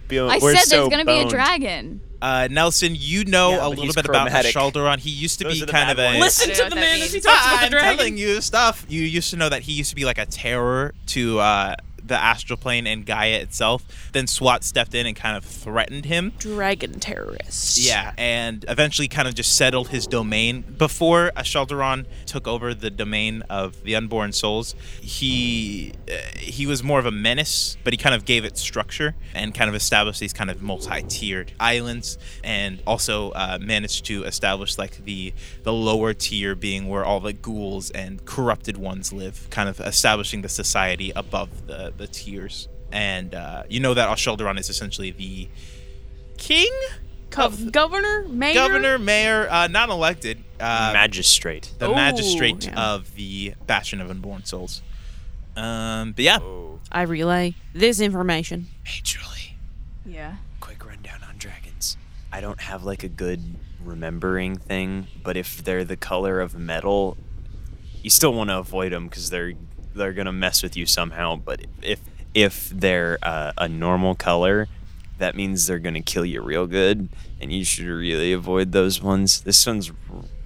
bu-
I
we're
said
so
there's gonna be a
boned.
dragon.
Uh, Nelson, you know
Yeah,
a
but
little
he's
bit
chromatic.
about Ashaldaron. He used to
Those
be
are the
kind
bad
of a.
ones.
[laughs]
Listen
I
to
don't
the
know what that
man as he
means.
talks about the
I'm
dragon.
telling you stuff. You used to know that he used to be like a terror to uh, the astral plane and Gaia itself. Then SWAT stepped in and kind of threatened him.
Dragon terrorist.
Yeah, and eventually kind of just settled his domain. Before Ashaldaron took over the domain of the Unborn Souls, he uh, he was more of a menace, but he kind of gave it structure and kind of established these kind of multi-tiered islands, and also uh, managed to establish like the the lower tier being where all the ghouls and corrupted ones live, kind of establishing the society above the the tiers. And uh, you know that Ashaldaron is essentially the king
Co- governor, mayor.
governor, mayor, uh, not elected, uh,
Magistrate.
the
Ooh,
magistrate
yeah.
of the Bastion of Unborn Souls. Um, but yeah.
Oh,
I relay this information.
hey Julie,
Yeah.
quick rundown on dragons. I don't have like a good remembering thing, but if they're the color of metal, you still want to avoid them because they're they're gonna mess with you somehow. But if if they're uh, a normal color, that means they're gonna kill you real good, and you should really avoid those ones. This one's r-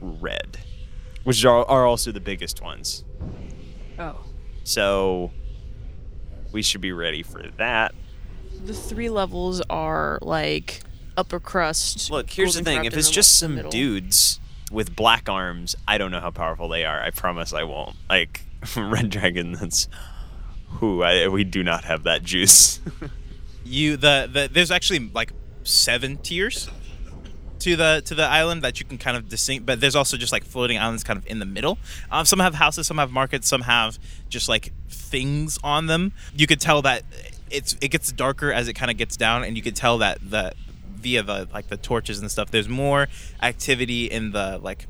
red, which are, are also the biggest ones.
Oh.
So we should be ready for that.
The three levels are like upper crust.
Look, here's the
golden
thing: if
corrupted,
it's
and
just some
middle.
dudes with black arms, I don't know how powerful they are. I promise I won't. Like [laughs] Red Dragon, that's who I we do not have that juice. [laughs]
you the, the there's actually like seven tiers to the to the island that you can kind of distinct but there's also just like floating islands kind of in the middle um, some have houses some have markets some have just like things on them you could tell that it's it gets darker as it kind of gets down and you could tell that the via the like the torches and stuff there's more activity in the like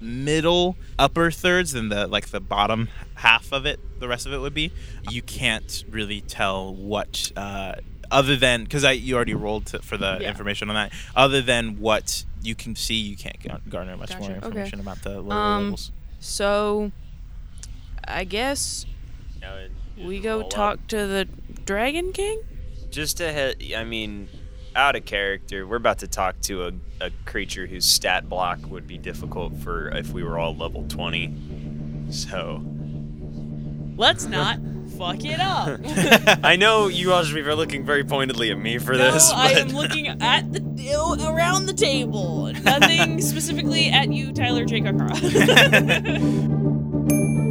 middle upper thirds than the like the bottom half of it the rest of it would be you can't really tell what uh, other than because i you already rolled to, for the
Yeah.
information on that other than what you can see you can't gar- garner much more
Gotcha, okay.
information about the lower
Um,
levels
So, I guess we go talk to the Dragon King.
Just ahead. I mean, out of character. We're about to talk to a, a creature whose stat block would be difficult for if we were all level twenty. So [laughs]
Let's not fuck it
[laughs]
up.
I know you all should be looking very pointedly at me for this.
No,
But
I am looking at the around the
[laughs]
table. Nothing specifically at you, Tyler J. Kakara.